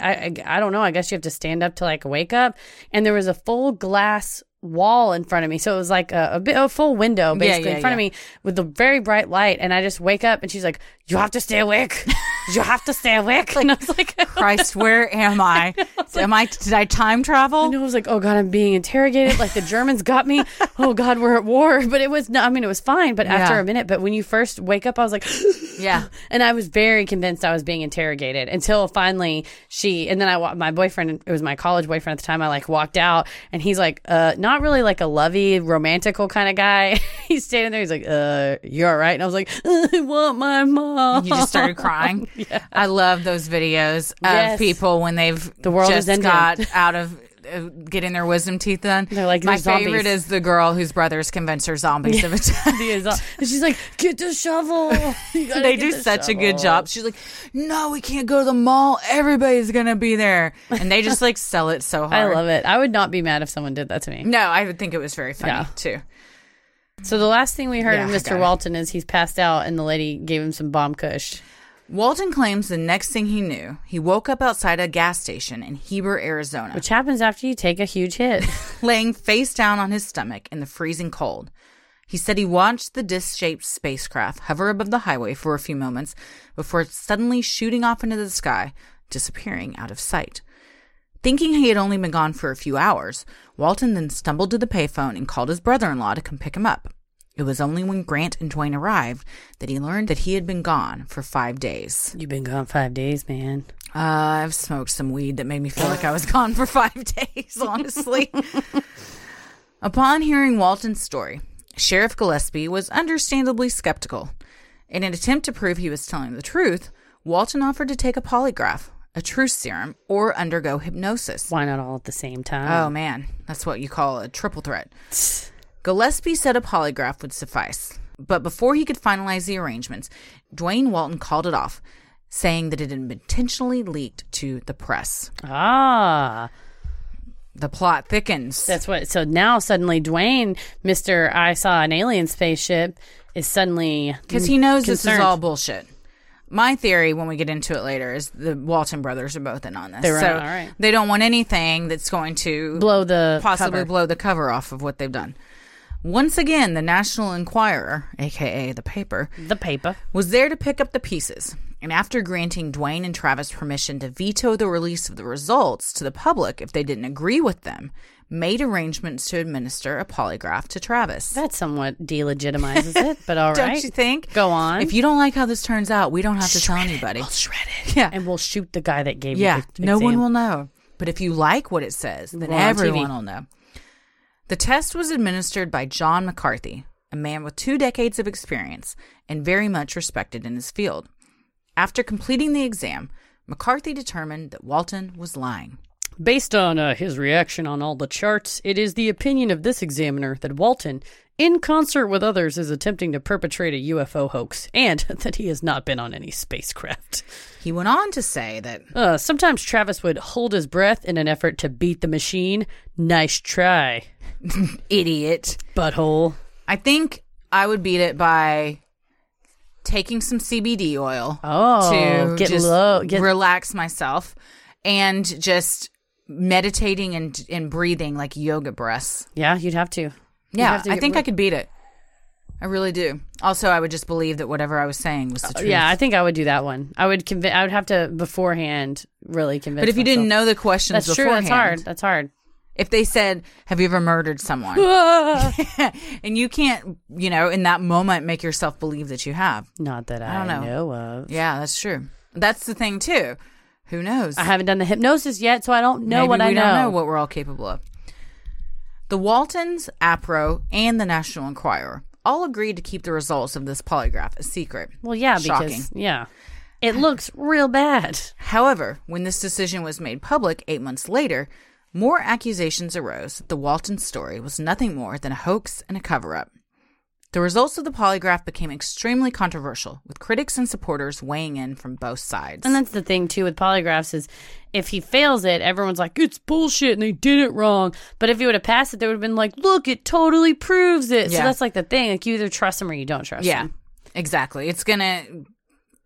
A: I I don't know. I guess you have to stand up to like wake up. And there was a full glass wall in front of me, so it was like a, a bit a full window basically
B: yeah,
A: in front of me with a very bright light. And I just wake up, and she's like, "You have to stay awake. you have to stay awake." and I was like.
B: Christ, where am I? am I? Did I time travel?
A: I know. I was like, oh God, I'm being interrogated. Like the Germans got me. Oh God, we're at war. But it was, no, I mean, it was fine. But after
B: Yeah.
A: a minute, but when you first wake up, I was like,
B: Yeah.
A: And I was very convinced I was being interrogated until finally she, and then I, wa- my boyfriend, it was my college boyfriend at the time, I like walked out and he's like, uh, not really like a lovey, romantical kind of guy. he's standing there. He's like, uh, you're all right. And I was like, I want my mom.
B: You just started crying. I love those videos of
A: Yes.
B: people when they've
A: The world
B: just
A: is ending.
B: got out of uh, getting their wisdom teeth done.
A: They're like,
B: my
A: "They're zombies."
B: favorite is the girl whose brothers convince her zombies of attack.
A: He is all- and she's like, get the shovel. You gotta
B: they
A: get
B: do
A: the
B: such a good
A: shovel."
B: job. She's like, "No, we can't go to the mall. Everybody's gonna be there," and they just like sell it so hard.
A: I love it. I would not be mad if someone did that to me.
B: No, I would think it was very funny
A: Yeah.
B: too.
A: So the last thing we heard
B: Yeah,
A: of
B: I got
A: Mr.
B: it.
A: Walton is he's passed out and the lady gave him some bomb kush.
B: Walton claims the next thing he knew, he woke up outside a gas station in Heber, Arizona,
A: Which happens after you take a huge hit.
B: laying face down on his stomach in the freezing cold. He said he watched the disc shaped spacecraft hover above the highway for a few moments before suddenly shooting off into the sky, disappearing out of sight. Thinking he had only been gone for a few hours, Walton then stumbled to the payphone and called his brother in law to come pick him up. It was only when Grant and Dwayne arrived that he learned that he had been gone for five days.
A: You've been gone five days, man.
B: Uh, I've smoked some weed that made me feel like I was gone for five days, honestly. Upon hearing Walton's story, Sheriff Gillespie was understandably skeptical. In an attempt to prove he was telling the truth, Walton offered to take a polygraph, a truth serum, or undergo hypnosis.
A: Why not all at the same time?
B: Oh man, that's what you call a triple threat. Gillespie said a polygraph would suffice, but before he could finalize the arrangements, Dwayne Walton called it off, saying that it had been intentionally leaked to the press.
A: Oh. Ah.
B: The plot thickens.
A: That's what so now suddenly Dwayne, Mr. I saw an alien spaceship, is suddenly
B: because he knows this is
A: concerned.
B: all bullshit. My theory, when we get into it later, is the Walton brothers are both in on this.
A: They were in
B: so
A: on it, all right.
B: they don't want anything that's going to
A: blow the
B: possibly
A: cover.
B: blow the cover off of what they've done. Once again, the National Enquirer, aka the paper,
A: the paper.
B: was there to pick up the pieces. And after granting Dwayne and Travis permission to veto the release of the results to the public if they didn't agree with them, made arrangements to administer a polygraph to Travis.
A: That somewhat delegitimizes it, but all right.
B: don't you think?
A: Go on.
B: If you don't like how this turns out, we don't have to tell anybody.
A: shred it.
B: yeah.
A: and we'll shoot the guy that gave
B: Yeah,
A: you the
B: no one
A: exam.
B: will know. But if you like what it says, then
A: We're on TV.
B: everyone will know. The test was administered by John McCarthy, a man with two decades of experience and very much respected in his field. After completing the exam, McCarthy determined that Walton was lying.
A: Based on uh, his reaction on all the charts, it is the opinion of this examiner that Walton, in concert with others, is attempting to perpetrate a UFO hoax and that he has not been on any spacecraft.
B: He went on to say that
A: Uh, sometimes Travis would hold his breath in an effort to beat the machine. Nice try,
B: idiot.
A: butthole.
B: I think I would beat it by taking some CBD oil
A: Oh,
B: to
A: get
B: just
A: low- get-
B: relax myself and just meditating and and breathing like yoga breaths.
A: Yeah, you'd have to.
B: Yeah,
A: have to
B: I
A: get
B: think
A: re-
B: I could beat it. I really do. Also, I would just believe that whatever I was saying was the truth.
A: Uh, Yeah, I think I would do that one. I would convince. I would have to beforehand really convince.
B: But if you didn't know the questions
A: that's true.
B: beforehand,
A: That's hard. That's hard.
B: if they said, "Have you ever murdered someone?" and you can't, you know, in that moment make yourself believe that you have.
A: Not that I,
B: don't know.
A: know. of.
B: Yeah, that's true. That's the thing too. Who knows?
A: I haven't done the hypnosis yet, so I don't know
B: Maybe
A: what
B: we
A: I know.
B: don't know what we're all capable of. The Waltons, APRO, and the National Enquirer all agreed to keep the results of this polygraph a secret.
A: well, yeah, because
B: Shocking.
A: yeah, it looks real bad.
B: However, when this decision was made public eight months later, more accusations arose that the Walton story was nothing more than a hoax and a cover up. The results of the polygraph became extremely controversial, with critics and supporters weighing in from both sides.
A: And that's the thing too with polygraphs is if he fails it, everyone's like, It's bullshit and they did it wrong. But if he would have passed it, they would have been like, Look, it totally proves it. So
B: Yeah.
A: that's like the thing. Like you either trust him or you don't trust
B: yeah,
A: him.
B: exactly. It's gonna,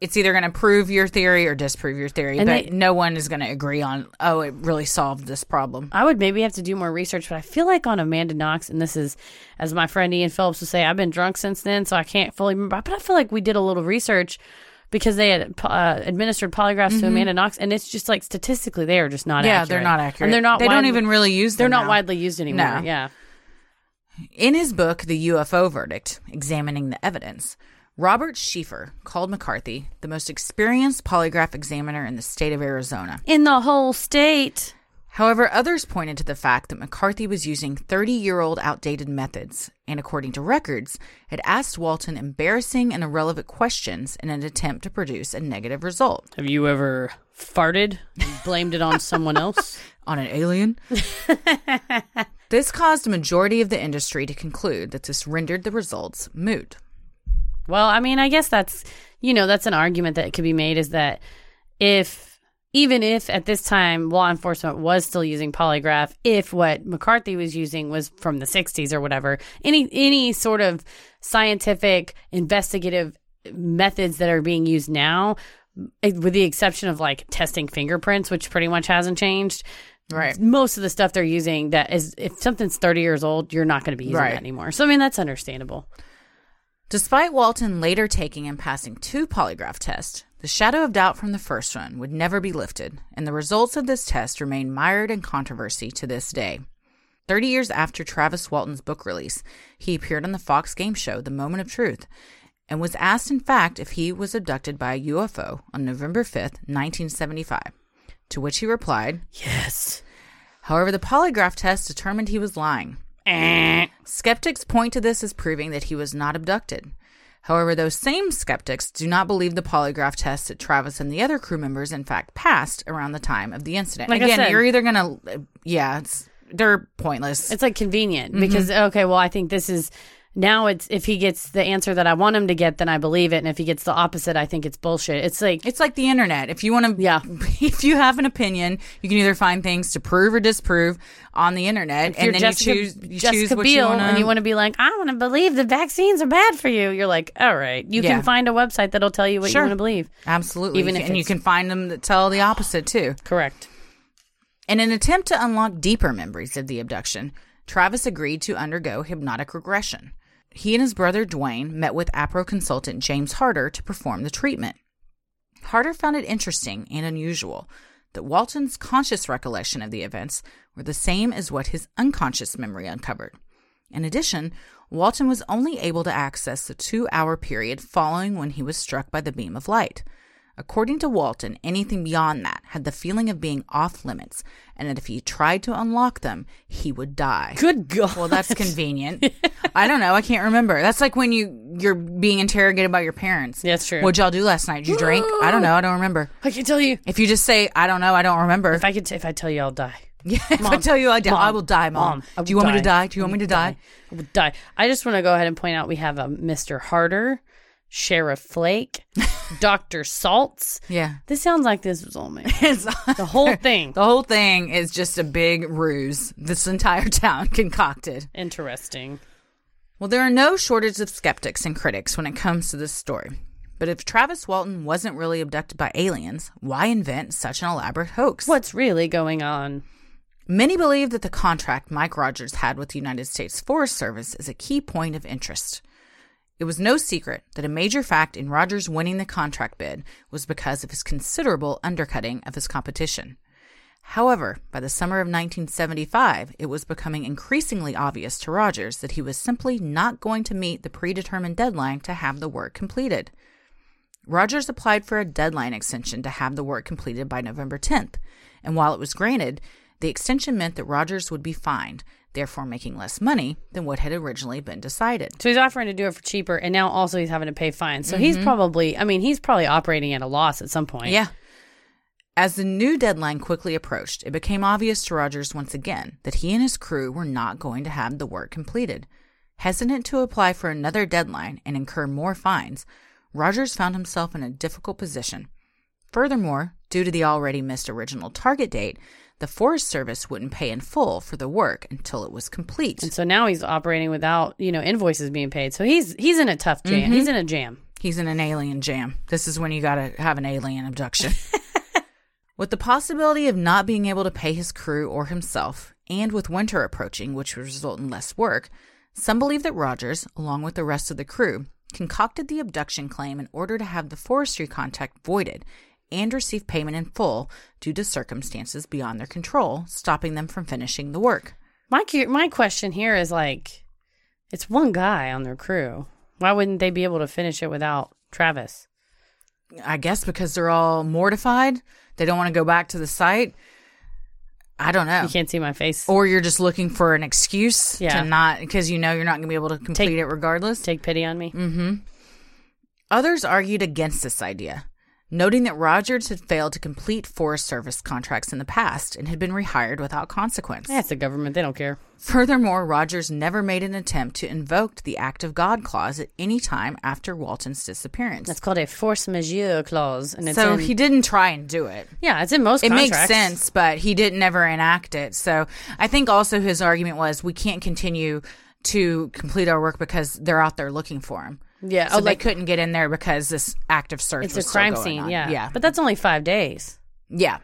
B: it's either gonna prove your theory or disprove your theory,
A: And
B: but
A: they-
B: no one is gonna agree on. Oh, it really solved this problem.
A: I would maybe have to do more research, but I feel like on Amanda Knox, and this is as my friend Ian Phillips would say, I've been drunk since then, so I can't fully remember. But I feel like we did a little research because they had uh, administered polygraphs to Amanda Knox, and it's just like statistically they are just not
B: Mm-hmm. yeah,
A: accurate.
B: they're not accurate.
A: and they're not.
B: They don't
A: widely-
B: even really use.
A: They're
B: them
A: not
B: now.
A: widely used anymore.
B: No.
A: Yeah.
B: In his book, The UFO Verdict Examining the Evidence, Robert Schieffer called McCarthy the most experienced polygraph examiner in the state of Arizona.
A: In the whole state.
B: However, others pointed to the fact that McCarthy was using 30 year old outdated methods and, according to records, had asked Walton embarrassing and irrelevant questions in an attempt to produce a negative result.
A: Have you ever farted and blamed it on someone else?
B: on an alien. this caused a majority of the industry to conclude that this rendered the results moot.
A: Well, I mean, I guess that's, you know, that's an argument that could be made is that if, even if at this time law enforcement was still using polygraph, if what McCarthy was using was from the 60s or whatever, any any sort of scientific investigative methods that are being used now, eh, with the exception of like testing fingerprints, which pretty much hasn't changed,
B: Right.
A: most of the stuff they're using that is if something's 30 years old you're not going to be using
B: Right.
A: that anymore so i mean that's understandable
B: Despite Walton later taking and passing two polygraph tests, the shadow of doubt from the first one would never be lifted, and the results of this test remain mired in controversy to this day. 30 years after Travis Walton's book release, he appeared on the Fox game show The Moment of Truth and was asked, in fact, if he was abducted by a UFO on November 5th, 1975, to which he replied,
A: yes
B: However, the polygraph test determined he was lying. Eh. Skeptics point to this as proving that he was not abducted. However, those same skeptics do not believe the polygraph test that Travis and the other crew members, in fact, passed around the time of the incident.
A: Like I
B: Again,
A: said-
B: you're either gonna, yeah, it's they're pointless.
A: it's like convenient
B: Mm-hmm.
A: because okay well i think this is now it's if he gets the answer that i want him to get then i believe it and if he gets the opposite i think it's bullshit it's like
B: It's like the internet. If you want to,
A: Yeah.
B: If you have an opinion, you can either find things to prove or disprove on the internet,
A: you're
B: and then
A: Jessica,
B: you choose. You
A: Jessica
B: choose what
A: Biel,
B: you wanna,
A: and you want to be like, I want to believe the vaccines are bad for you. You're like, all right, you
B: Yeah.
A: can find a website that'll tell you what
B: Sure.
A: you want to believe.
B: absolutely,
A: even if
B: and you
A: it's-
B: can find them that tell the opposite too.
A: Correct.
B: In an attempt to unlock deeper memories of the abduction, Travis agreed to undergo hypnotic regression. He and his brother Dwayne met with APRO consultant James Harder to perform the treatment. Harder found it interesting and unusual that Walton's conscious recollection of the events were the same as what his unconscious memory uncovered. In addition, Walton was only able to access the two hour period following when he was struck by the beam of light. According to Walton, anything beyond that had the feeling of being off limits, and that if he tried to unlock them, he would die.
A: Good God.
B: Well, that's convenient. I don't know. I can't remember. That's like when you you're being interrogated by your parents.
A: Yeah, it's true.
B: What'd y'all do last night? Did you drink? I don't know. I don't remember.
A: I can tell you.
B: If you just say I don't know, I don't remember.
A: If I could, t- if I tell you, I'll die.
B: Yeah, if I tell you I, die, I
A: Mom,
B: will die,
A: Mom,
B: mom.
A: I
B: do you
A: will
B: want me to
A: die.
B: die? Do you want me to die?
A: I would die. I just want to go ahead and point out we have a Mr. Harder, Sheriff Flake, Doctor Salts.
B: Yeah.
A: This sounds like this was all me.
B: It's,
A: The whole thing.
B: the whole thing is just a big ruse. This entire town concocted.
A: Interesting.
B: Well, there are no shortage of skeptics and critics when it comes to this story. But if Travis Walton wasn't really abducted by aliens, why invent such an elaborate hoax?
A: What's really going on?
B: Many believe that the contract Mike Rogers had with the United States Forest Service is a key point of interest. It was no secret that a major fact in Rogers winning the contract bid was because of his considerable undercutting of his competition. However, by the summer of 1975, it was becoming increasingly obvious to Rogers that he was simply not going to meet the predetermined deadline to have the work completed. Rogers applied for a deadline extension to have the work completed by November 10th, and while it was granted, the extension meant that Rogers would be fined, therefore making less money than what had originally been decided.
A: So he's offering to do it for cheaper, and now also he's having to pay fines. So he's probably, I mean, he's probably operating at a loss at some point.
B: Yeah. As the new deadline quickly approached, it became obvious to Rogers once again that he and his crew were not going to have the work completed. Hesitant to apply for another deadline and incur more fines, Rogers found himself in a difficult position. Furthermore, due to the already missed original target date, the Forest Service wouldn't pay in full for the work until it was complete.
A: And so now he's operating without, you know, invoices being paid. So he's he's in a tough jam. He's in a jam.
B: He's in an alien jam. This is when you gotta have an alien abduction. with the possibility of not being able to pay his crew or himself, and with winter approaching, which would result in less work, some believe that Rogers, along with the rest of the crew, concocted the abduction claim in order to have the forestry contract voided and receive payment in full due to circumstances beyond their control, stopping them from finishing the work.
A: My cu- my question here is like, it's one guy on their crew. Why wouldn't they be able to finish it without Travis?
B: I guess because they're all mortified, they don't want to go back to the site. I don't know.
A: You can't see my face.
B: or you're just looking for an excuse
A: Yeah.
B: to not because you know you're not going to be able to complete
A: Take-
B: it regardless.
A: Take pity on me.
B: Others argued against this idea, noting that Rogers had failed to complete Forest Service contracts in the past and had been rehired without consequence.
A: That's the government. They don't care.
B: Furthermore, Rogers never made an attempt to invoke the act of God clause at any time after Walton's disappearance.
A: That's called a force majeure clause, and it's
B: so
A: in,
B: he didn't try and do it.
A: yeah, it's in most.
B: It makes
A: contracts.
B: sense, but he didn't ever enact it. So I think also his argument was we can't continue to complete our work because they're out there looking for him.
A: Yeah.
B: So
A: oh,
B: they
A: like
B: couldn't get in there because this active search
A: it's a
B: was still
A: crime
B: going
A: scene.
B: on.
A: Yeah.
B: Yeah.
A: But that's only five days.
B: yeah.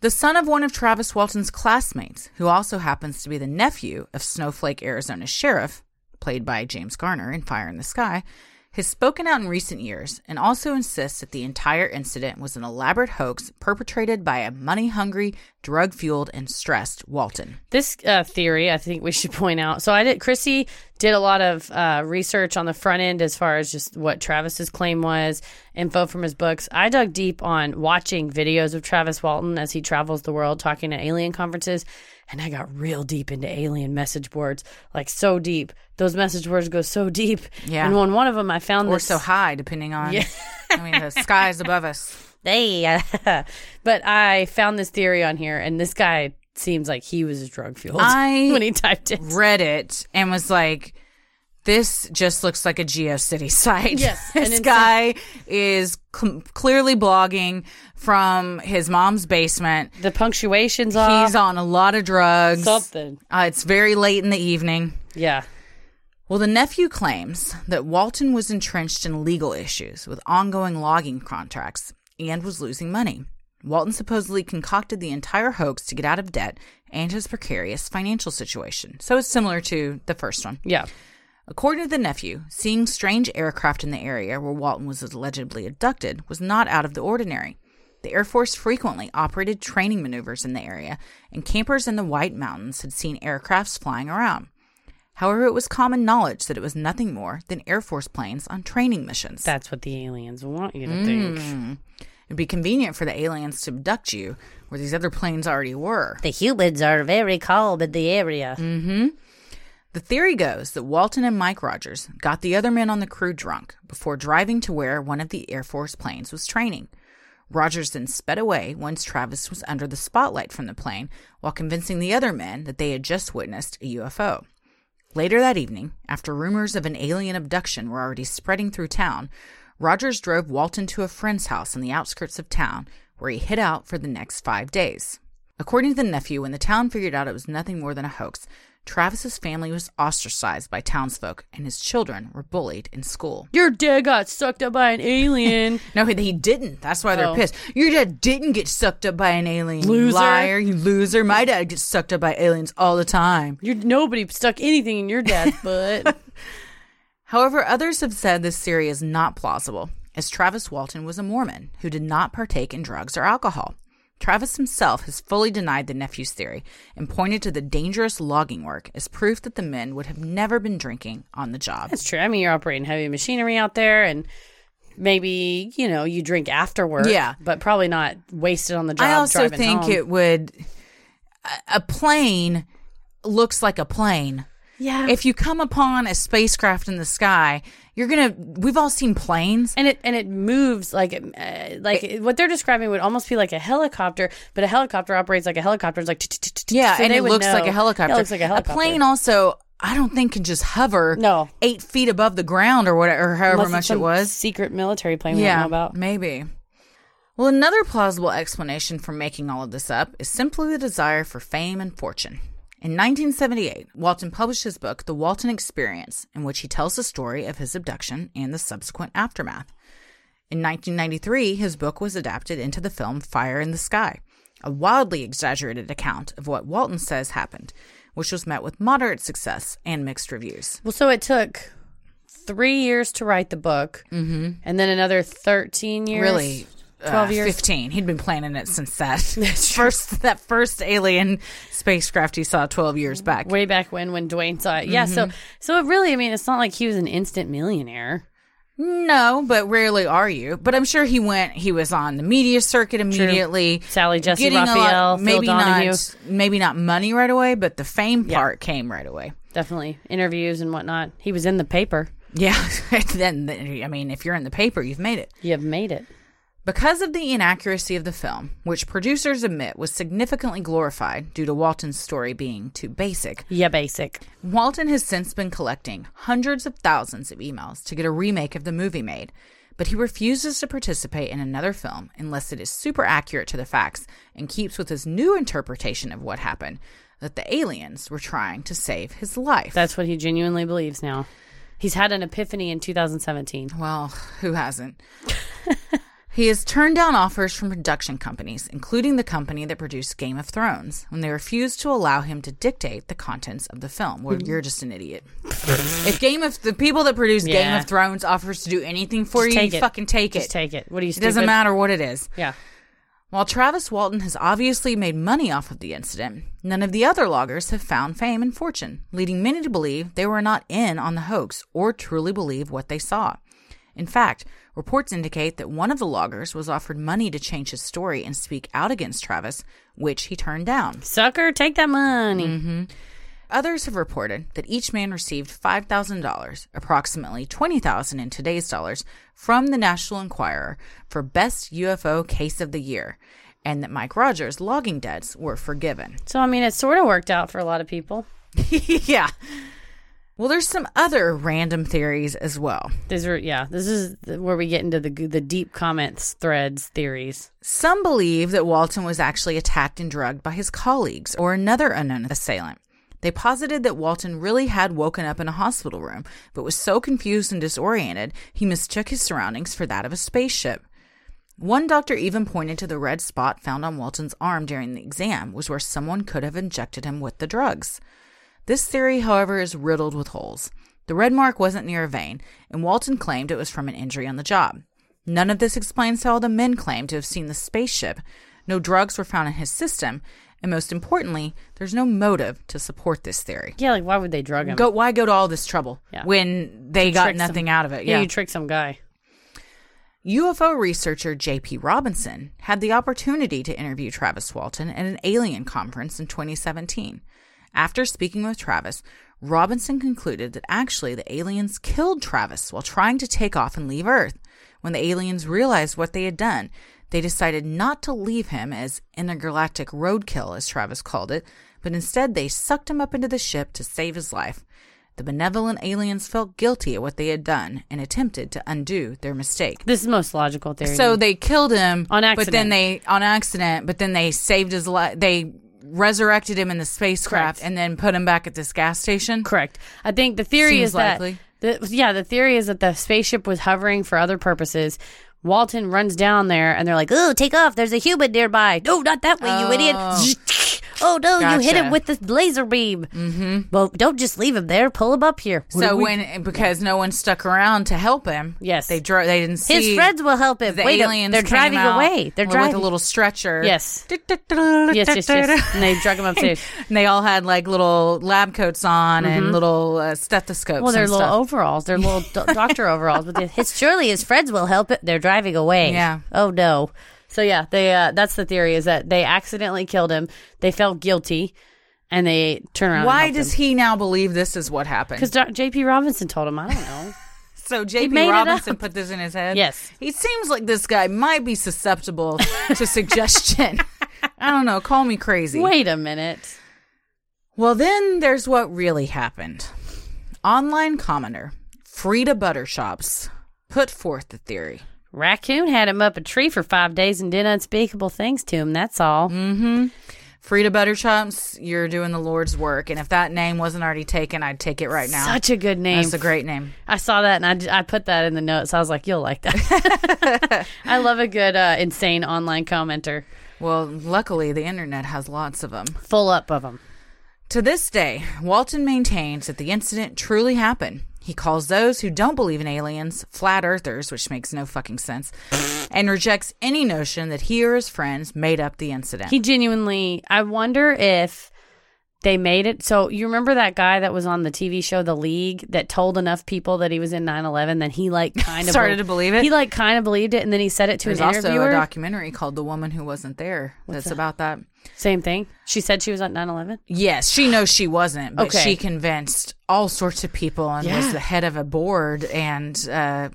B: The son of one of Travis Walton's classmates, who also happens to be the nephew of Snowflake, Arizona sheriff, played by James Garner in Fire in the Sky, has spoken out in recent years and also insists that the entire incident was an elaborate hoax perpetrated by a money hungry, drug fueled, and stressed Walton.
A: This uh, theory, I think we should point out. So I did. Chrissy did a lot of uh, research on the front end as far as just what Travis's claim was, info from his books. I dug deep on watching videos of Travis Walton as he travels the world talking at alien conferences, and I got real deep into alien message boards, like so deep. Those message boards go so deep.
B: Yeah.
A: And on one of them, I found
B: Or
A: this
B: so high, depending on. I mean, the sky is above us.
C: They, uh,
A: But I found this theory on here, and this guy seems like he was drug fueled
B: I-
A: when he typed it.
B: Read it and was like, this just looks like a GeoCity site.
A: Yes, and it's-
B: this guy is com- clearly blogging from his mom's basement.
A: The punctuation's off.
B: He's on a lot of drugs.
A: something.
B: Uh, it's very late in the evening.
A: Yeah.
B: Well, the nephew claims that Walton was entrenched in legal issues with ongoing logging contracts and was losing money. Walton supposedly concocted the entire hoax to get out of debt and his precarious financial situation. So it's similar to the first one.
A: Yeah.
B: According to the nephew, seeing strange aircraft in the area where Walton was allegedly abducted was not out of the ordinary. The Air Force frequently operated training maneuvers in the area, and campers in the White Mountains had seen aircrafts flying around. However, it was common knowledge that it was nothing more than Air Force planes on training missions.
A: That's what the aliens want you to
B: Mm.
A: think.
B: It'd be convenient for the aliens to abduct you where these other planes already were.
C: The humans are very calm in the area.
B: The theory goes that Walton and Mike Rogers got the other men on the crew drunk before driving to where one of the Air Force planes was training. Rogers then sped away once Travis was under the spotlight from the plane while convincing the other men that they had just witnessed a UFO. Later that evening, after rumors of an alien abduction were already spreading through town, Rogers drove Walton to a friend's house on the outskirts of town where he hid out for the next five days. According to the nephew, when the town figured out it was nothing more than a hoax, Travis's family was ostracized by townsfolk and his children were bullied in school.
A: Your dad got sucked up by an alien.
B: No, he- he didn't. That's why they're
A: Oh.
B: pissed. Your dad didn't get sucked up by an alien. you
A: Loser.
B: liar, you loser. My dad gets sucked up by aliens all the time.
A: Your nobody stuck anything in your dad's butt.
B: However, others have said this theory is not plausible, as Travis Walton was a Mormon who did not partake in drugs or alcohol. Travis himself has fully denied the nephew's theory and pointed to the dangerous logging work as proof that the men would have never been drinking on the job.
A: That's true. I mean, you're operating heavy machinery out there, and maybe you know you drink after work.
B: Yeah.
A: but probably not wasted on the job.
B: I also
A: driving
B: think
A: home.
B: it would. a- A plane looks like a plane.
A: Yeah,
B: if you come upon a spacecraft in the sky, you're gonna. We've all seen planes.
A: and it and it moves like uh, like what they're describing would almost be like a helicopter, but a helicopter operates like a helicopter. It's like t- t- t- t-
B: Yeah,
A: so
B: and
A: they
B: it
A: would
B: looks like
A: know.
B: a helicopter.
A: Yeah, It looks like a helicopter.
B: A plane also, I don't think can just hover.
A: No.
B: eight feet above the ground or whatever, or
A: Unless
B: however
A: it's
B: much it
A: some
B: was.
A: secret military plane. We
B: yeah,
A: don't know about.
B: maybe. Well, another plausible explanation for making all of this up is simply the desire for fame and fortune. In 1978, Walton published his book, The Walton Experience, in which he tells the story of his abduction and the subsequent aftermath. In 1993, his book was adapted into the film Fire in the Sky, a wildly exaggerated account of what Walton says happened, which was met with moderate success and mixed reviews.
A: Well, so it took three years to write the book, mm-hmm. and then another thirteen years.
B: really uh,
A: 12 years.
B: 15 he'd been planning it since that first that first alien spacecraft he saw 12 years back
A: way back when when Dwayne saw it. Yeah,
B: Mm-hmm.
A: so so it really, I mean, it's not like he was an instant millionaire.
B: no but rarely are you but i'm sure he went he was on the media circuit immediately
A: Sally, Jesse,
B: getting a lot-
A: Raphael, Phil
B: maybe
A: Donahue.
B: not maybe not money right away but the fame part came right away
A: Definitely interviews and whatnot. He was in the paper.
B: yeah then i mean if you're in the paper you've made it
A: You have made it.
B: Because of the inaccuracy of the film, which producers admit was significantly glorified due to Walton's story being too basic,
A: Yeah, basic.
B: Walton has since been collecting hundreds of thousands of emails to get a remake of the movie made, but he refuses to participate in another film unless it is super accurate to the facts and keeps with his new interpretation of what happened that the aliens were trying to save his life.
A: That's what he genuinely believes now. He's had an epiphany in 2017.
B: Well, who hasn't? he has turned down offers from production companies, including the company that produced Game of Thrones, when they refused to allow him to dictate the contents of the film. Well, you're just an idiot. if Game of the people that produce Game
A: Yeah.
B: of Thrones offers to do anything for
A: Just
B: you,
A: take
B: you
A: it.
B: fucking take
A: Just
B: it.
A: take it. What are you?
B: it
A: Stupid?
B: doesn't matter what it is.
A: Yeah,
B: While Travis Walton has obviously made money off of the incident, none of the other loggers have found fame and fortune, leading many to believe they were not in on the hoax or truly believe what they saw. In fact, reports indicate that one of the loggers was offered money to change his story and speak out against Travis, which he turned down.
A: sucker, take that money.
B: Mm. Others have reported that each man received $5,000, approximately 20,000 in today's dollars, from the National Enquirer for best UFO case of the year, and that Mike Rogers' logging debts were forgiven.
A: So I mean, it sort of worked out for a lot of people.
B: yeah. Well, there's some other random theories as well.
A: These are yeah. This is the- where we get into the the deep comments, threads, theories.
B: Some believe that Walton was actually attacked and drugged by his colleagues or another unknown assailant. They posited that Walton really had woken up in a hospital room, but was so confused and disoriented he mistook his surroundings for that of a spaceship. One doctor even pointed to the red spot found on Walton's arm during the exam was where someone could have injected him with the drugs. This theory, however, is riddled with holes. The red mark wasn't near a vein, and Walton claimed it was from an injury on the job. None of this explains how the men claim to have seen the spaceship, No drugs were found in his system. And most importantly, there's no motive to support this theory.
A: Yeah, like why would they drug him?
B: Go, why go to all this trouble
A: Yeah.
B: when they got
A: trick some-
B: nothing out of it?
A: yeah, you trick some guy.
B: UFO researcher J.P. Robinson had the opportunity to interview Travis Walton at an alien conference in 2017. After speaking with Travis, Robinson concluded that actually the aliens killed Travis while trying to take off and leave Earth. When the aliens realized what they had done, they decided not to leave him as intergalactic roadkill, as Travis called it, but instead they sucked him up into the ship to save his life. The benevolent aliens felt guilty at what they had done and attempted to undo their mistake.
A: This is the most logical theory.
B: So they killed him
A: On
B: but then
A: accident.
B: they on accident, but then they saved his life. They resurrected him in the spacecraft
A: Correct.
B: and then put him back at this gas station.
A: correct. I think the theory
B: Seems
A: is that
B: likely.
A: the, yeah, the theory is that the spaceship was hovering for other purposes. Walton runs down there, and they're like,
C: Ooh, take off. There's a human nearby. No, not that way, you idiot. Oh, no, you
B: Gotcha.
C: hit
B: Mm.
C: him with the laser beam. Mm-hmm. Well, don't just leave him there. Pull him up here. What
B: So
C: do we-
B: when because no one stuck around to help him,
A: Yes.
B: they drove. They didn't see
C: his friends will help him.
B: The
C: Wait,
B: aliens
C: they're
B: came
C: driving
B: out
C: away. They're
B: with
C: driving.
B: a little stretcher.
A: Yes.
B: yes,
A: "Yes, yes, yes," and they drug him upstairs.
B: And they all had like little lab coats on and little uh, stethoscopes.
A: Well, they're
B: and
A: little
B: stuff.
A: overalls. They're little do- doctor overalls. But they,
C: His, surely his friends will help it. They're driving away.
B: Yeah.
C: Oh, no.
A: so yeah, they uh, that's the theory is that they accidentally killed him. They felt guilty, and they turn around.
B: Why does he now believe this is what happened?
A: Because J.P. Robinson told him. I don't know.
B: So J.P.
A: made it
B: Robinson
A: up.
B: put this in his head.
A: Yes.
B: he seems like this guy might be susceptible to suggestion. I don't know. Call me crazy.
A: Wait a minute.
B: Well, then there's what really happened. Online commenter Frida Buttershops put forth the theory.
A: Raccoon had him up a tree for five days and did unspeakable things to him. That's all.
B: Mm. Frida Buttershops, you're doing the Lord's work, and if that name wasn't already taken, I'd take it right now.
A: Such a good name.
B: That's a great name.
A: I saw that and I, j- I put that in the notes. I was like, you'll like that. I love a good uh, insane online commenter.
B: Well, luckily the internet has lots of them.
A: Full up of them.
B: To this day, Walton maintains that the incident truly happened. He calls those who don't believe in aliens flat earthers, which makes no fucking sense, and rejects any notion that he or his friends made up the incident.
A: He genuinely, I wonder if they made it. So you remember that guy that was on the TV show The League that told enough people that he was in 9 11 that he like kind of
B: Started to believe it?
A: He like kind of believed it and then he said it to
B: There's
A: an
B: also
A: interviewer.
B: a documentary called The Woman Who Wasn't There that's about that.
A: Same thing. She said she was on 9 11.
B: Yes, she knows she wasn't, but
A: Okay.
B: she convinced all sorts of people and was
A: Yeah.
B: the head of a board and uh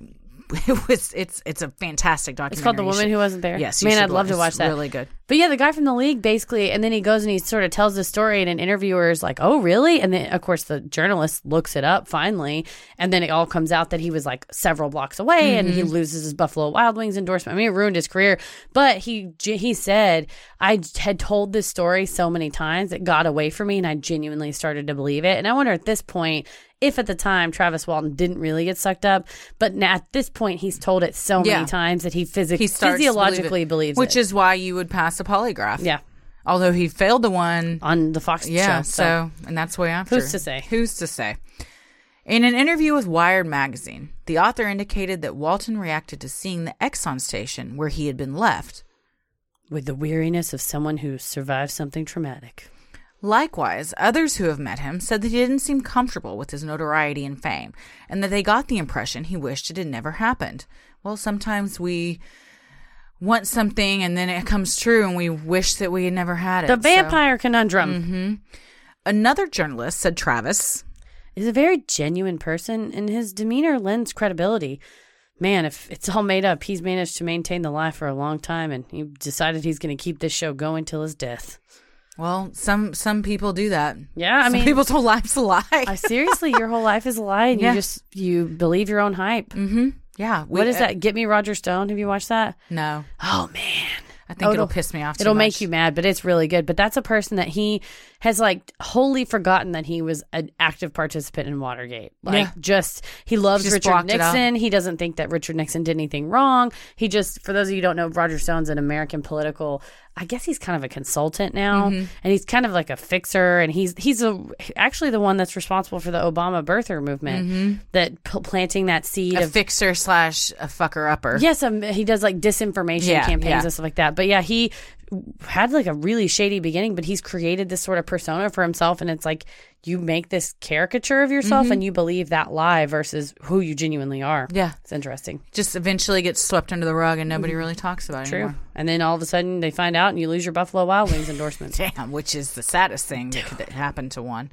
B: it was it's it's a fantastic documentary.
A: It's called The
B: You
A: Woman
B: should-
A: Who Wasn't There.
B: Yes, you
A: man,
B: should
A: I'd love to
B: It's
A: watch that.
B: Really good.
A: But yeah, the guy from the league basically, and then he goes and he sort of tells the story, and an interviewer is like, "Oh, really?" And then of course the journalist looks it up finally, and then it all comes out that he was like several blocks away, and
B: Mm-hmm.
A: he loses his Buffalo Wild Wings endorsement. I mean, it ruined his career. But he ge- he said, "I had told this story so many times it got away from me, and I genuinely started to believe it." And I wonder at this point. If at the time Travis Walton didn't really get sucked up, but now at this point he's told it so
B: Yeah.
A: many times that he, physically
B: he starts to believe it,
A: physiologically believes
B: which
A: it.
B: is why you would pass a polygraph.
A: yeah
B: although he failed the one.
A: on the Fox
B: Yeah,
A: show.
B: so, and that's why after.
A: Who's to say?
B: Who's to say? In an interview with Wired magazine, the author indicated that Walton reacted to seeing the Exxon station where he had been left.
A: with the weariness of someone who survived something traumatic.
B: Likewise, others who have met him said that he didn't seem comfortable with his notoriety and fame, and that they got the impression he wished it had never happened. Well, sometimes we want something and then it comes true and we wish that we had never had it.
A: The
B: so- Mm-hmm.
A: vampire conundrum
B: Another journalist said Travis
A: is a very genuine person, and his demeanor lends credibility. Man, if it's all made up, he's managed to maintain the lie for a long time, and he decided he's going to keep this show going till his death.
B: Well, some some people do that.
A: Yeah, I
B: Some
A: mean-
B: people's whole life's a lie.
A: I seriously, your whole life is a lie, and
B: Yeah.
A: you just you believe your own hype.
B: yeah. we-
A: What is
B: uh,
A: that? Get me Roger Stone. Have you watched that?
B: No,
A: Oh man,
B: I think
A: Oh,
B: it'll piss me off. Too
A: it'll
B: much.
A: make you mad, but it's really good. But that's a person that he has like wholly forgotten that he was an active participant in Watergate. Like,
B: Yeah.
A: just he loves
B: Just
A: Richard
B: blocked it out.
A: Nixon. He doesn't think that Richard Nixon did anything wrong. He just, for those of you who don't know, Roger Stone's an American political. I guess he's kind of a consultant now,
B: Mm-hmm.
A: and he's kind of like a fixer. And he's he's a, actually the one that's responsible for the Obama birther movement, that p- planting that seed
B: Mm-hmm. a
A: of
B: fixer slash a fucker upper.
A: Yes, um, he does like disinformation
B: Yeah,
A: campaigns
B: yeah.
A: and stuff like that. But yeah, he had like a really shady beginning, but he's created this sort of persona for himself. And it's like you make this caricature of yourself and you believe that lie versus who you genuinely are.
B: Mm-hmm. Yeah.
A: It's interesting.
B: Just eventually gets swept under the rug and nobody really talks about it
A: True.
B: anymore.
A: And then all of a sudden they find out and you lose your Buffalo Wild Wings endorsement.
B: Damn, which is the saddest thing that could happen to one.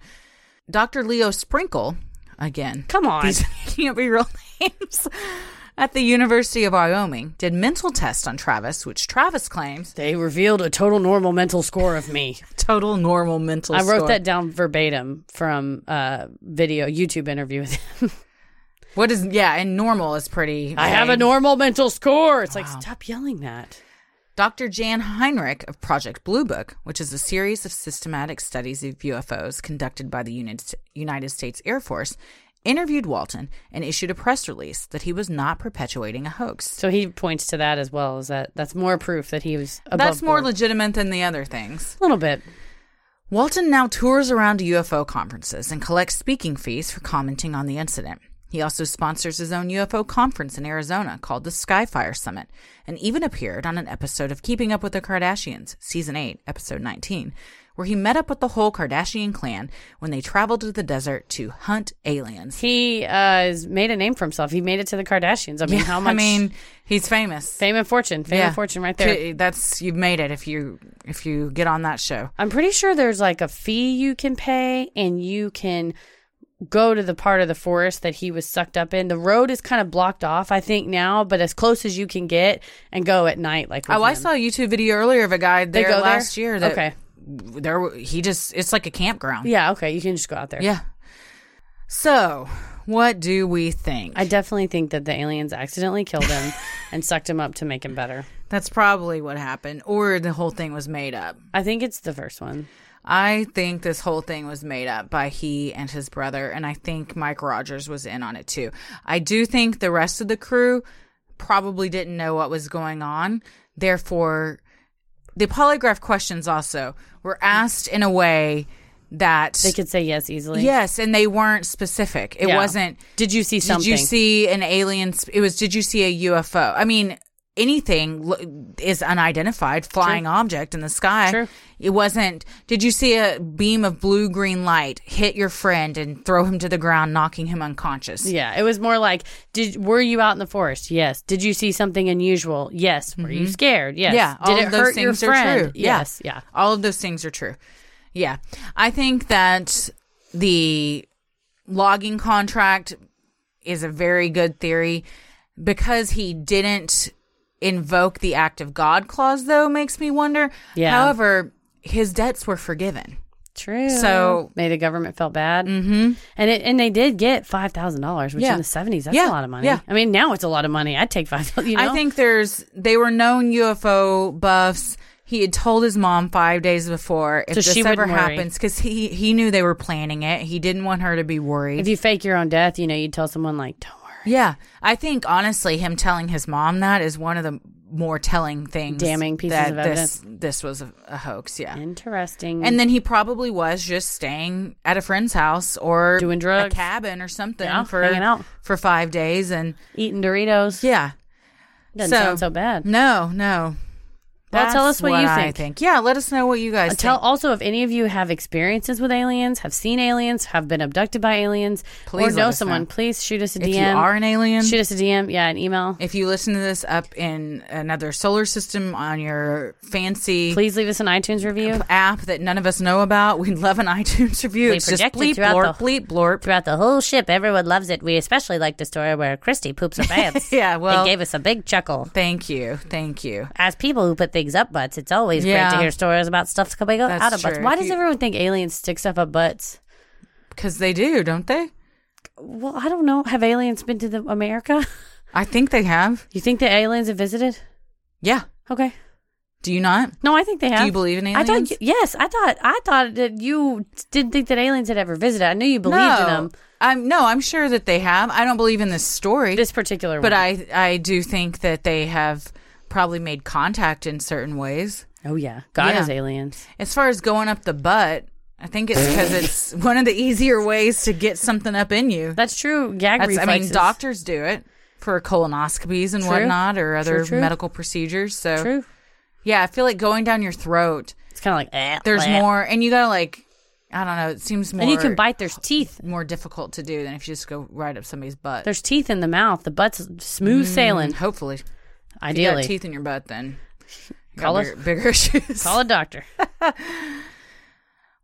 B: Dr. Leo Sprinkle, again.
A: Come on.
B: These can't be real names. At the University of Wyoming, did mental tests on Travis, which Travis claims
A: They revealed a total normal mental score of me.
B: total normal mental.
A: I wrote
B: score.
A: that down verbatim from a video YouTube interview with him.
B: What is yeah, and normal is pretty.
A: I have a
B: vague.
A: normal mental score. It's like stop yelling that.
B: Dr. Jan Heinrich of Project Blue Book, which is a series of systematic studies of UFOs conducted by the Uni- United States Air Force, interviewed Walton and issued a press release that he was not perpetuating a hoax.
A: So he points to that as well. Is that that's more proof that he was above
B: That's more
A: board.
B: legitimate than the other things.
A: a little bit.
B: Walton now tours around to UFO conferences and collects speaking fees for commenting on the incident. He also sponsors his own UFO conference in Arizona called the Skyfire Summit and even appeared on an episode of Keeping Up with the Kardashians, season 8, episode 19, where he met up with the whole Kardashian clan when they traveled to the desert to hunt aliens.
A: He uh, has made a name for himself. He made it to the Kardashians. I mean, how much?
B: I mean, he's famous.
A: fame and fortune, fame and fortune, right there.
B: T- That's you've made it if you if you get on that show.
A: I'm pretty sure there's like a fee you can pay and you can go to the part of the forest that he was sucked up in. The road is kind of blocked off, I think, now, but as close as you can get and go at night. Like, with
B: Oh, I
A: him.
B: saw a YouTube video earlier of a guy
A: They
B: there
A: go
B: last
A: there?
B: year that
A: okay.
B: there were- he just it's like a campground.
A: Yeah. Okay. You can just go out there.
B: Yeah. So, what do we think?
A: I definitely think that the aliens accidentally killed him and sucked him up to make him better.
B: That's probably what happened or the whole thing was made up.
A: I think it's the first one.
B: I think this whole thing was made up by he and his brother and I think Mike Rogers was in on it too. I do think the rest of the crew probably didn't know what was going on. Therefore, the polygraph questions also were asked in a way that
A: They could say yes easily.
B: Yes, and they weren't specific. It
A: Yeah.
B: wasn't
A: Did you see something?
B: Did you see an alien? sp- It was. Did you see a UFO? I mean, anything lo- is unidentified flying object in the sky.
A: True.
B: It wasn't. Did you see a beam of blue green light hit your friend and throw him to the ground, knocking him unconscious?
A: Yeah, it was more like, did were you out in the forest? Yes. Did you see something unusual? Yes. Were you scared? Yes.
B: Mm-hmm. Yeah, all
A: Did
B: of
A: it
B: those
A: hurt your
B: things are
A: friend?
B: true. Yeah.
A: Yes. Yeah.
B: All of those things are true. Yeah, I think that the logging contract is a very good theory because he didn't invoke the act of God clause, though, makes me wonder.
A: Yeah.
B: However, his debts were forgiven.
A: True.
B: So-
A: made the government felt bad, mm-hmm. and it and they did get five thousand dollars, which
B: Yeah.
A: in the seventies that's
B: Yeah.
A: a lot of money.
B: Yeah.
A: I mean now it's a lot of money. I'd take five thousand. You know?
B: I think there's, they were known UFO buffs. He had told his mom five days before if
A: So
B: this
A: she wouldn't
B: ever
A: worry.
B: happens, because he, he knew they were planning it. He didn't want her to be worried.
A: if you fake your own death, you know you'd tell someone like, don't worry,
B: Yeah, I think honestly, him telling his mom that is one of the more telling things,
A: Damning pieces
B: that
A: of Mm.
B: this, This was a, a hoax. Yeah.
A: interesting.
B: And then he probably was just staying at a friend's house or
A: Doing drugs.
B: a cabin or something
A: Yeah,
B: for
A: hanging out.
B: for five days, and
A: eating Doritos
B: yeah,
A: doesn't
B: so-
A: sound so bad.
B: no, no.
A: Well, tell
B: That's
A: us what you
B: I
A: think. Uh,
B: Yeah, let us know what you guys
A: Tell
B: think.
A: also if any of you have experiences with aliens, have seen aliens, have been abducted by aliens,
B: Please
A: or
B: let
A: know
B: us
A: someone.
B: know.
A: Please shoot us a DM.
B: If you are an alien,
A: shoot us a DM. Yeah, an email.
B: if you listen to this up in another solar system on your fancy
A: Please leave us an iTunes review
B: app that none of us know about. We'd love an iTunes review.
C: We
B: it's just
C: project it
B: bleep
C: throughout
B: blorp,
C: the-
B: bleep blorp.
C: Throughout the whole ship, everyone loves it. We especially like the story where Christy poops her pants.
B: Yeah, well-
C: it gave us a big chuckle.
B: Thank you, thank you.
C: As people who put things up butts, it's always great
B: Yeah.
C: to hear stories about stuff coming
B: That's
C: out of butts.
B: true.
A: Why
B: If
A: does
B: you-
A: everyone think aliens stick stuff up butts?
B: Because they do, don't they?
A: Well, I don't know. Have aliens been to the America?
B: I think they have.
A: You think the aliens have visited?
B: Yeah.
A: Okay.
B: Do you not?
A: No, I think they have.
B: you believe in
A: I
B: aliens?
A: thought yes. I thought I thought that you didn't think that aliens had ever visited. I knew you believed
B: no.
A: in them.
B: I'm no. I'm sure that they have. I don't believe in this story,
A: This particular
B: but
A: one.
B: I I do think that they have probably made contact in certain ways.
A: Oh yeah, God
B: Yeah.
A: is aliens.
B: As far as going up the butt, I think it's because it's one of the easier ways to get something up in you.
A: That's true. Gag
B: That's, I mean,
A: reflexes.
B: doctors do it for colonoscopies and
A: True.
B: whatnot or other
A: True, true.
B: medical procedures. So
A: True.
B: Yeah, I feel like going down your throat.
A: It's kind of like eh,
B: There's
A: bleh.
B: more, and you gotta like, I don't know. It seems more.
A: And you can bite their teeth.
B: More difficult to do than if you just go right up somebody's butt.
A: There's teeth in the mouth. The butt's smooth sailing.
B: Hopefully, Mm. If you got
A: Ideally,
B: teeth in your butt. Then you got
A: Call us-
B: bigger, bigger issues.
A: call a doctor.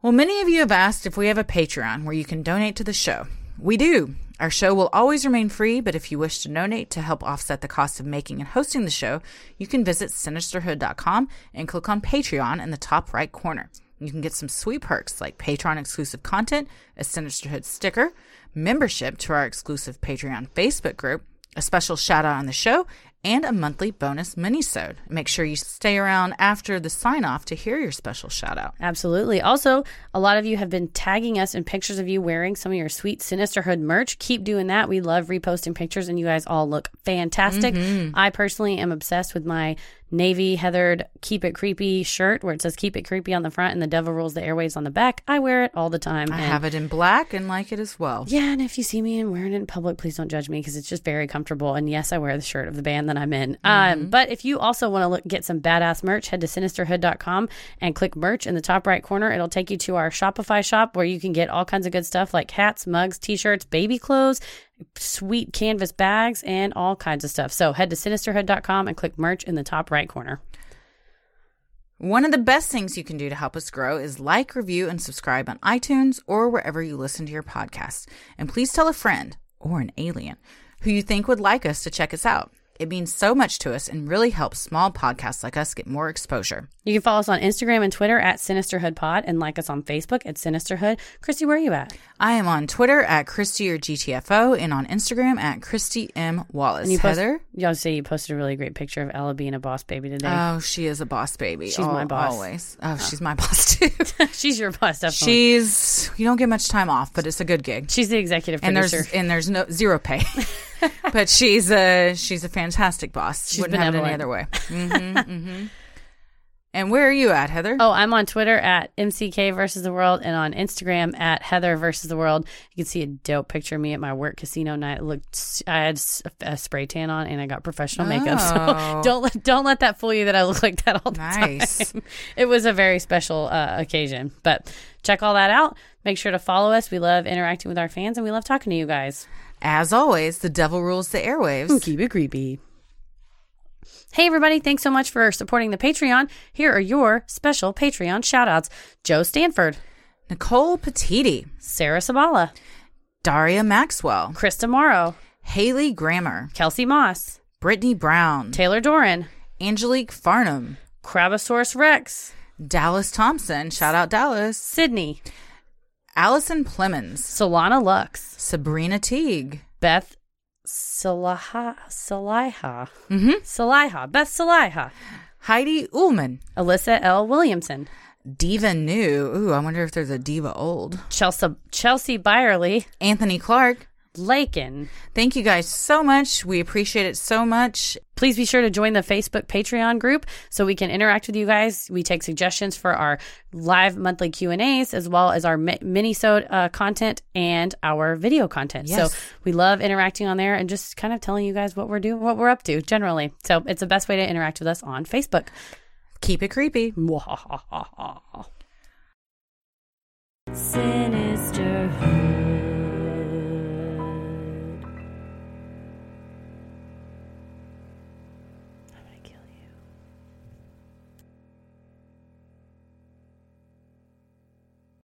B: Well, many of you have asked if we have a Patreon where you can donate to the show. We do. Our show will always remain free, but if you wish to donate to help offset the cost of making and hosting the show, you can visit sinisterhood.com and click on Patreon in the top right corner. You can get some sweet perks like Patreon exclusive content, a Sinisterhood sticker, membership to our exclusive Patreon Facebook group, a special shout out on the show, and a monthly bonus minisode. Make sure you stay around after the sign off to hear your special shout out.
A: Absolutely. Also, a lot of you have been tagging us in pictures of you wearing some of your sweet Sinisterhood merch. Keep doing that. We love reposting pictures, and you guys all look fantastic.
B: Mm-hmm.
A: I personally am obsessed with my navy heathered Keep It Creepy shirt where it says Keep It Creepy on the front and the devil rules the airways on the back. I wear it all the time.
B: I
A: and-
B: have it in black and like it as well.
A: Yeah, and if you see me and wearing it in public, please don't judge me because it's just very comfortable. And yes, I wear the shirt of the band that I'm in. Um, but if you also want to look, get some badass merch, head to sinisterhood.com and click merch in the top right corner. It'll take you to our Shopify shop where you can get all kinds of good stuff like hats, mugs, t shirts, baby clothes, sweet canvas bags, and all kinds of stuff. So head to sinisterhood.com and click merch in the top right corner.
B: One of the best things you can do to help us grow is like, review, and subscribe on iTunes or wherever you listen to your podcasts. And please tell a friend or an alien who you think would like us to check us out. It means so much to us and really helps small podcasts like us get more exposure.
A: You can follow us on Instagram and Twitter at Sinisterhood Pod and like us on Facebook at Sinisterhood. Christy, where are you at?
B: I am on Twitter at Christy or GTFO and on Instagram at Christy M. Wallace.
A: And you post-
B: Heather?
A: Y'all see, you posted a really great picture of Ella being a boss baby today.
B: Oh, she is a boss baby.
A: She's my
B: Al-
A: boss.
B: Always. Oh, she's my boss too.
A: she's your boss, definitely.
B: she's, you don't get much time off, but it's a good gig.
A: she's the executive
B: and
A: producer.
B: there's and there's no zero pay. but she's a she's a fantastic boss.
A: She's
B: Wouldn't have it any
A: benevolent.
B: other way. hmm And where are you at, Heather?
A: oh, I'm on Twitter at MCK versus the world and on Instagram at Heather versus the world. You can see a dope picture of me at my work casino night. It looked, s- I had s- a spray tan on and I got professional makeup. So
B: Oh.
A: don't let don't let that fool you that I look like that all the
B: Nice.
A: time. It was a very special uh, occasion, but check all that out. Make sure to follow us. We love interacting with our fans and we love talking to you guys.
B: As always, the devil rules the airwaves.
A: Keep it creepy. Hey, everybody, thanks so much for supporting the Patreon. Here are your special Patreon shoutouts Joe Stanford,
B: Nicole Petiti,
A: Sarah Sabala,
B: Daria Maxwell,
A: Krista Morrow,
B: Haley Grammer,
A: Kelsey Moss,
B: Brittany Brown,
A: Taylor Doran,
B: Angelique Farnham,
A: Crabosaurus Rex,
B: Dallas Thompson, shout out Dallas,
A: Sydney,
B: Allison Plemons,
A: Solana Lux,
B: Sabrina Teague,
A: Beth Salaha, Saliha, mm-hmm. Saliha, Beth Saliha,
B: Heidi Ullman,
A: Alyssa L. Williamson,
B: Diva New. Ooh, I wonder if there's a Diva Old.
A: Chelsea, Chelsea Byerly,
B: Anthony Clark,
A: Lakin,
B: Thank you guys so much. We appreciate it so much.
A: Please be sure to join the Facebook Patreon group so we can interact with you guys. We take suggestions for our live monthly Q and A's as well as our mi- mini-sode uh, content and our video content.
B: Yes.
A: So we love interacting on there and just kind of telling you guys what we're doing, what we're up to generally. So it's the best way to interact with us on Facebook.
B: Keep it creepy.
D: Sin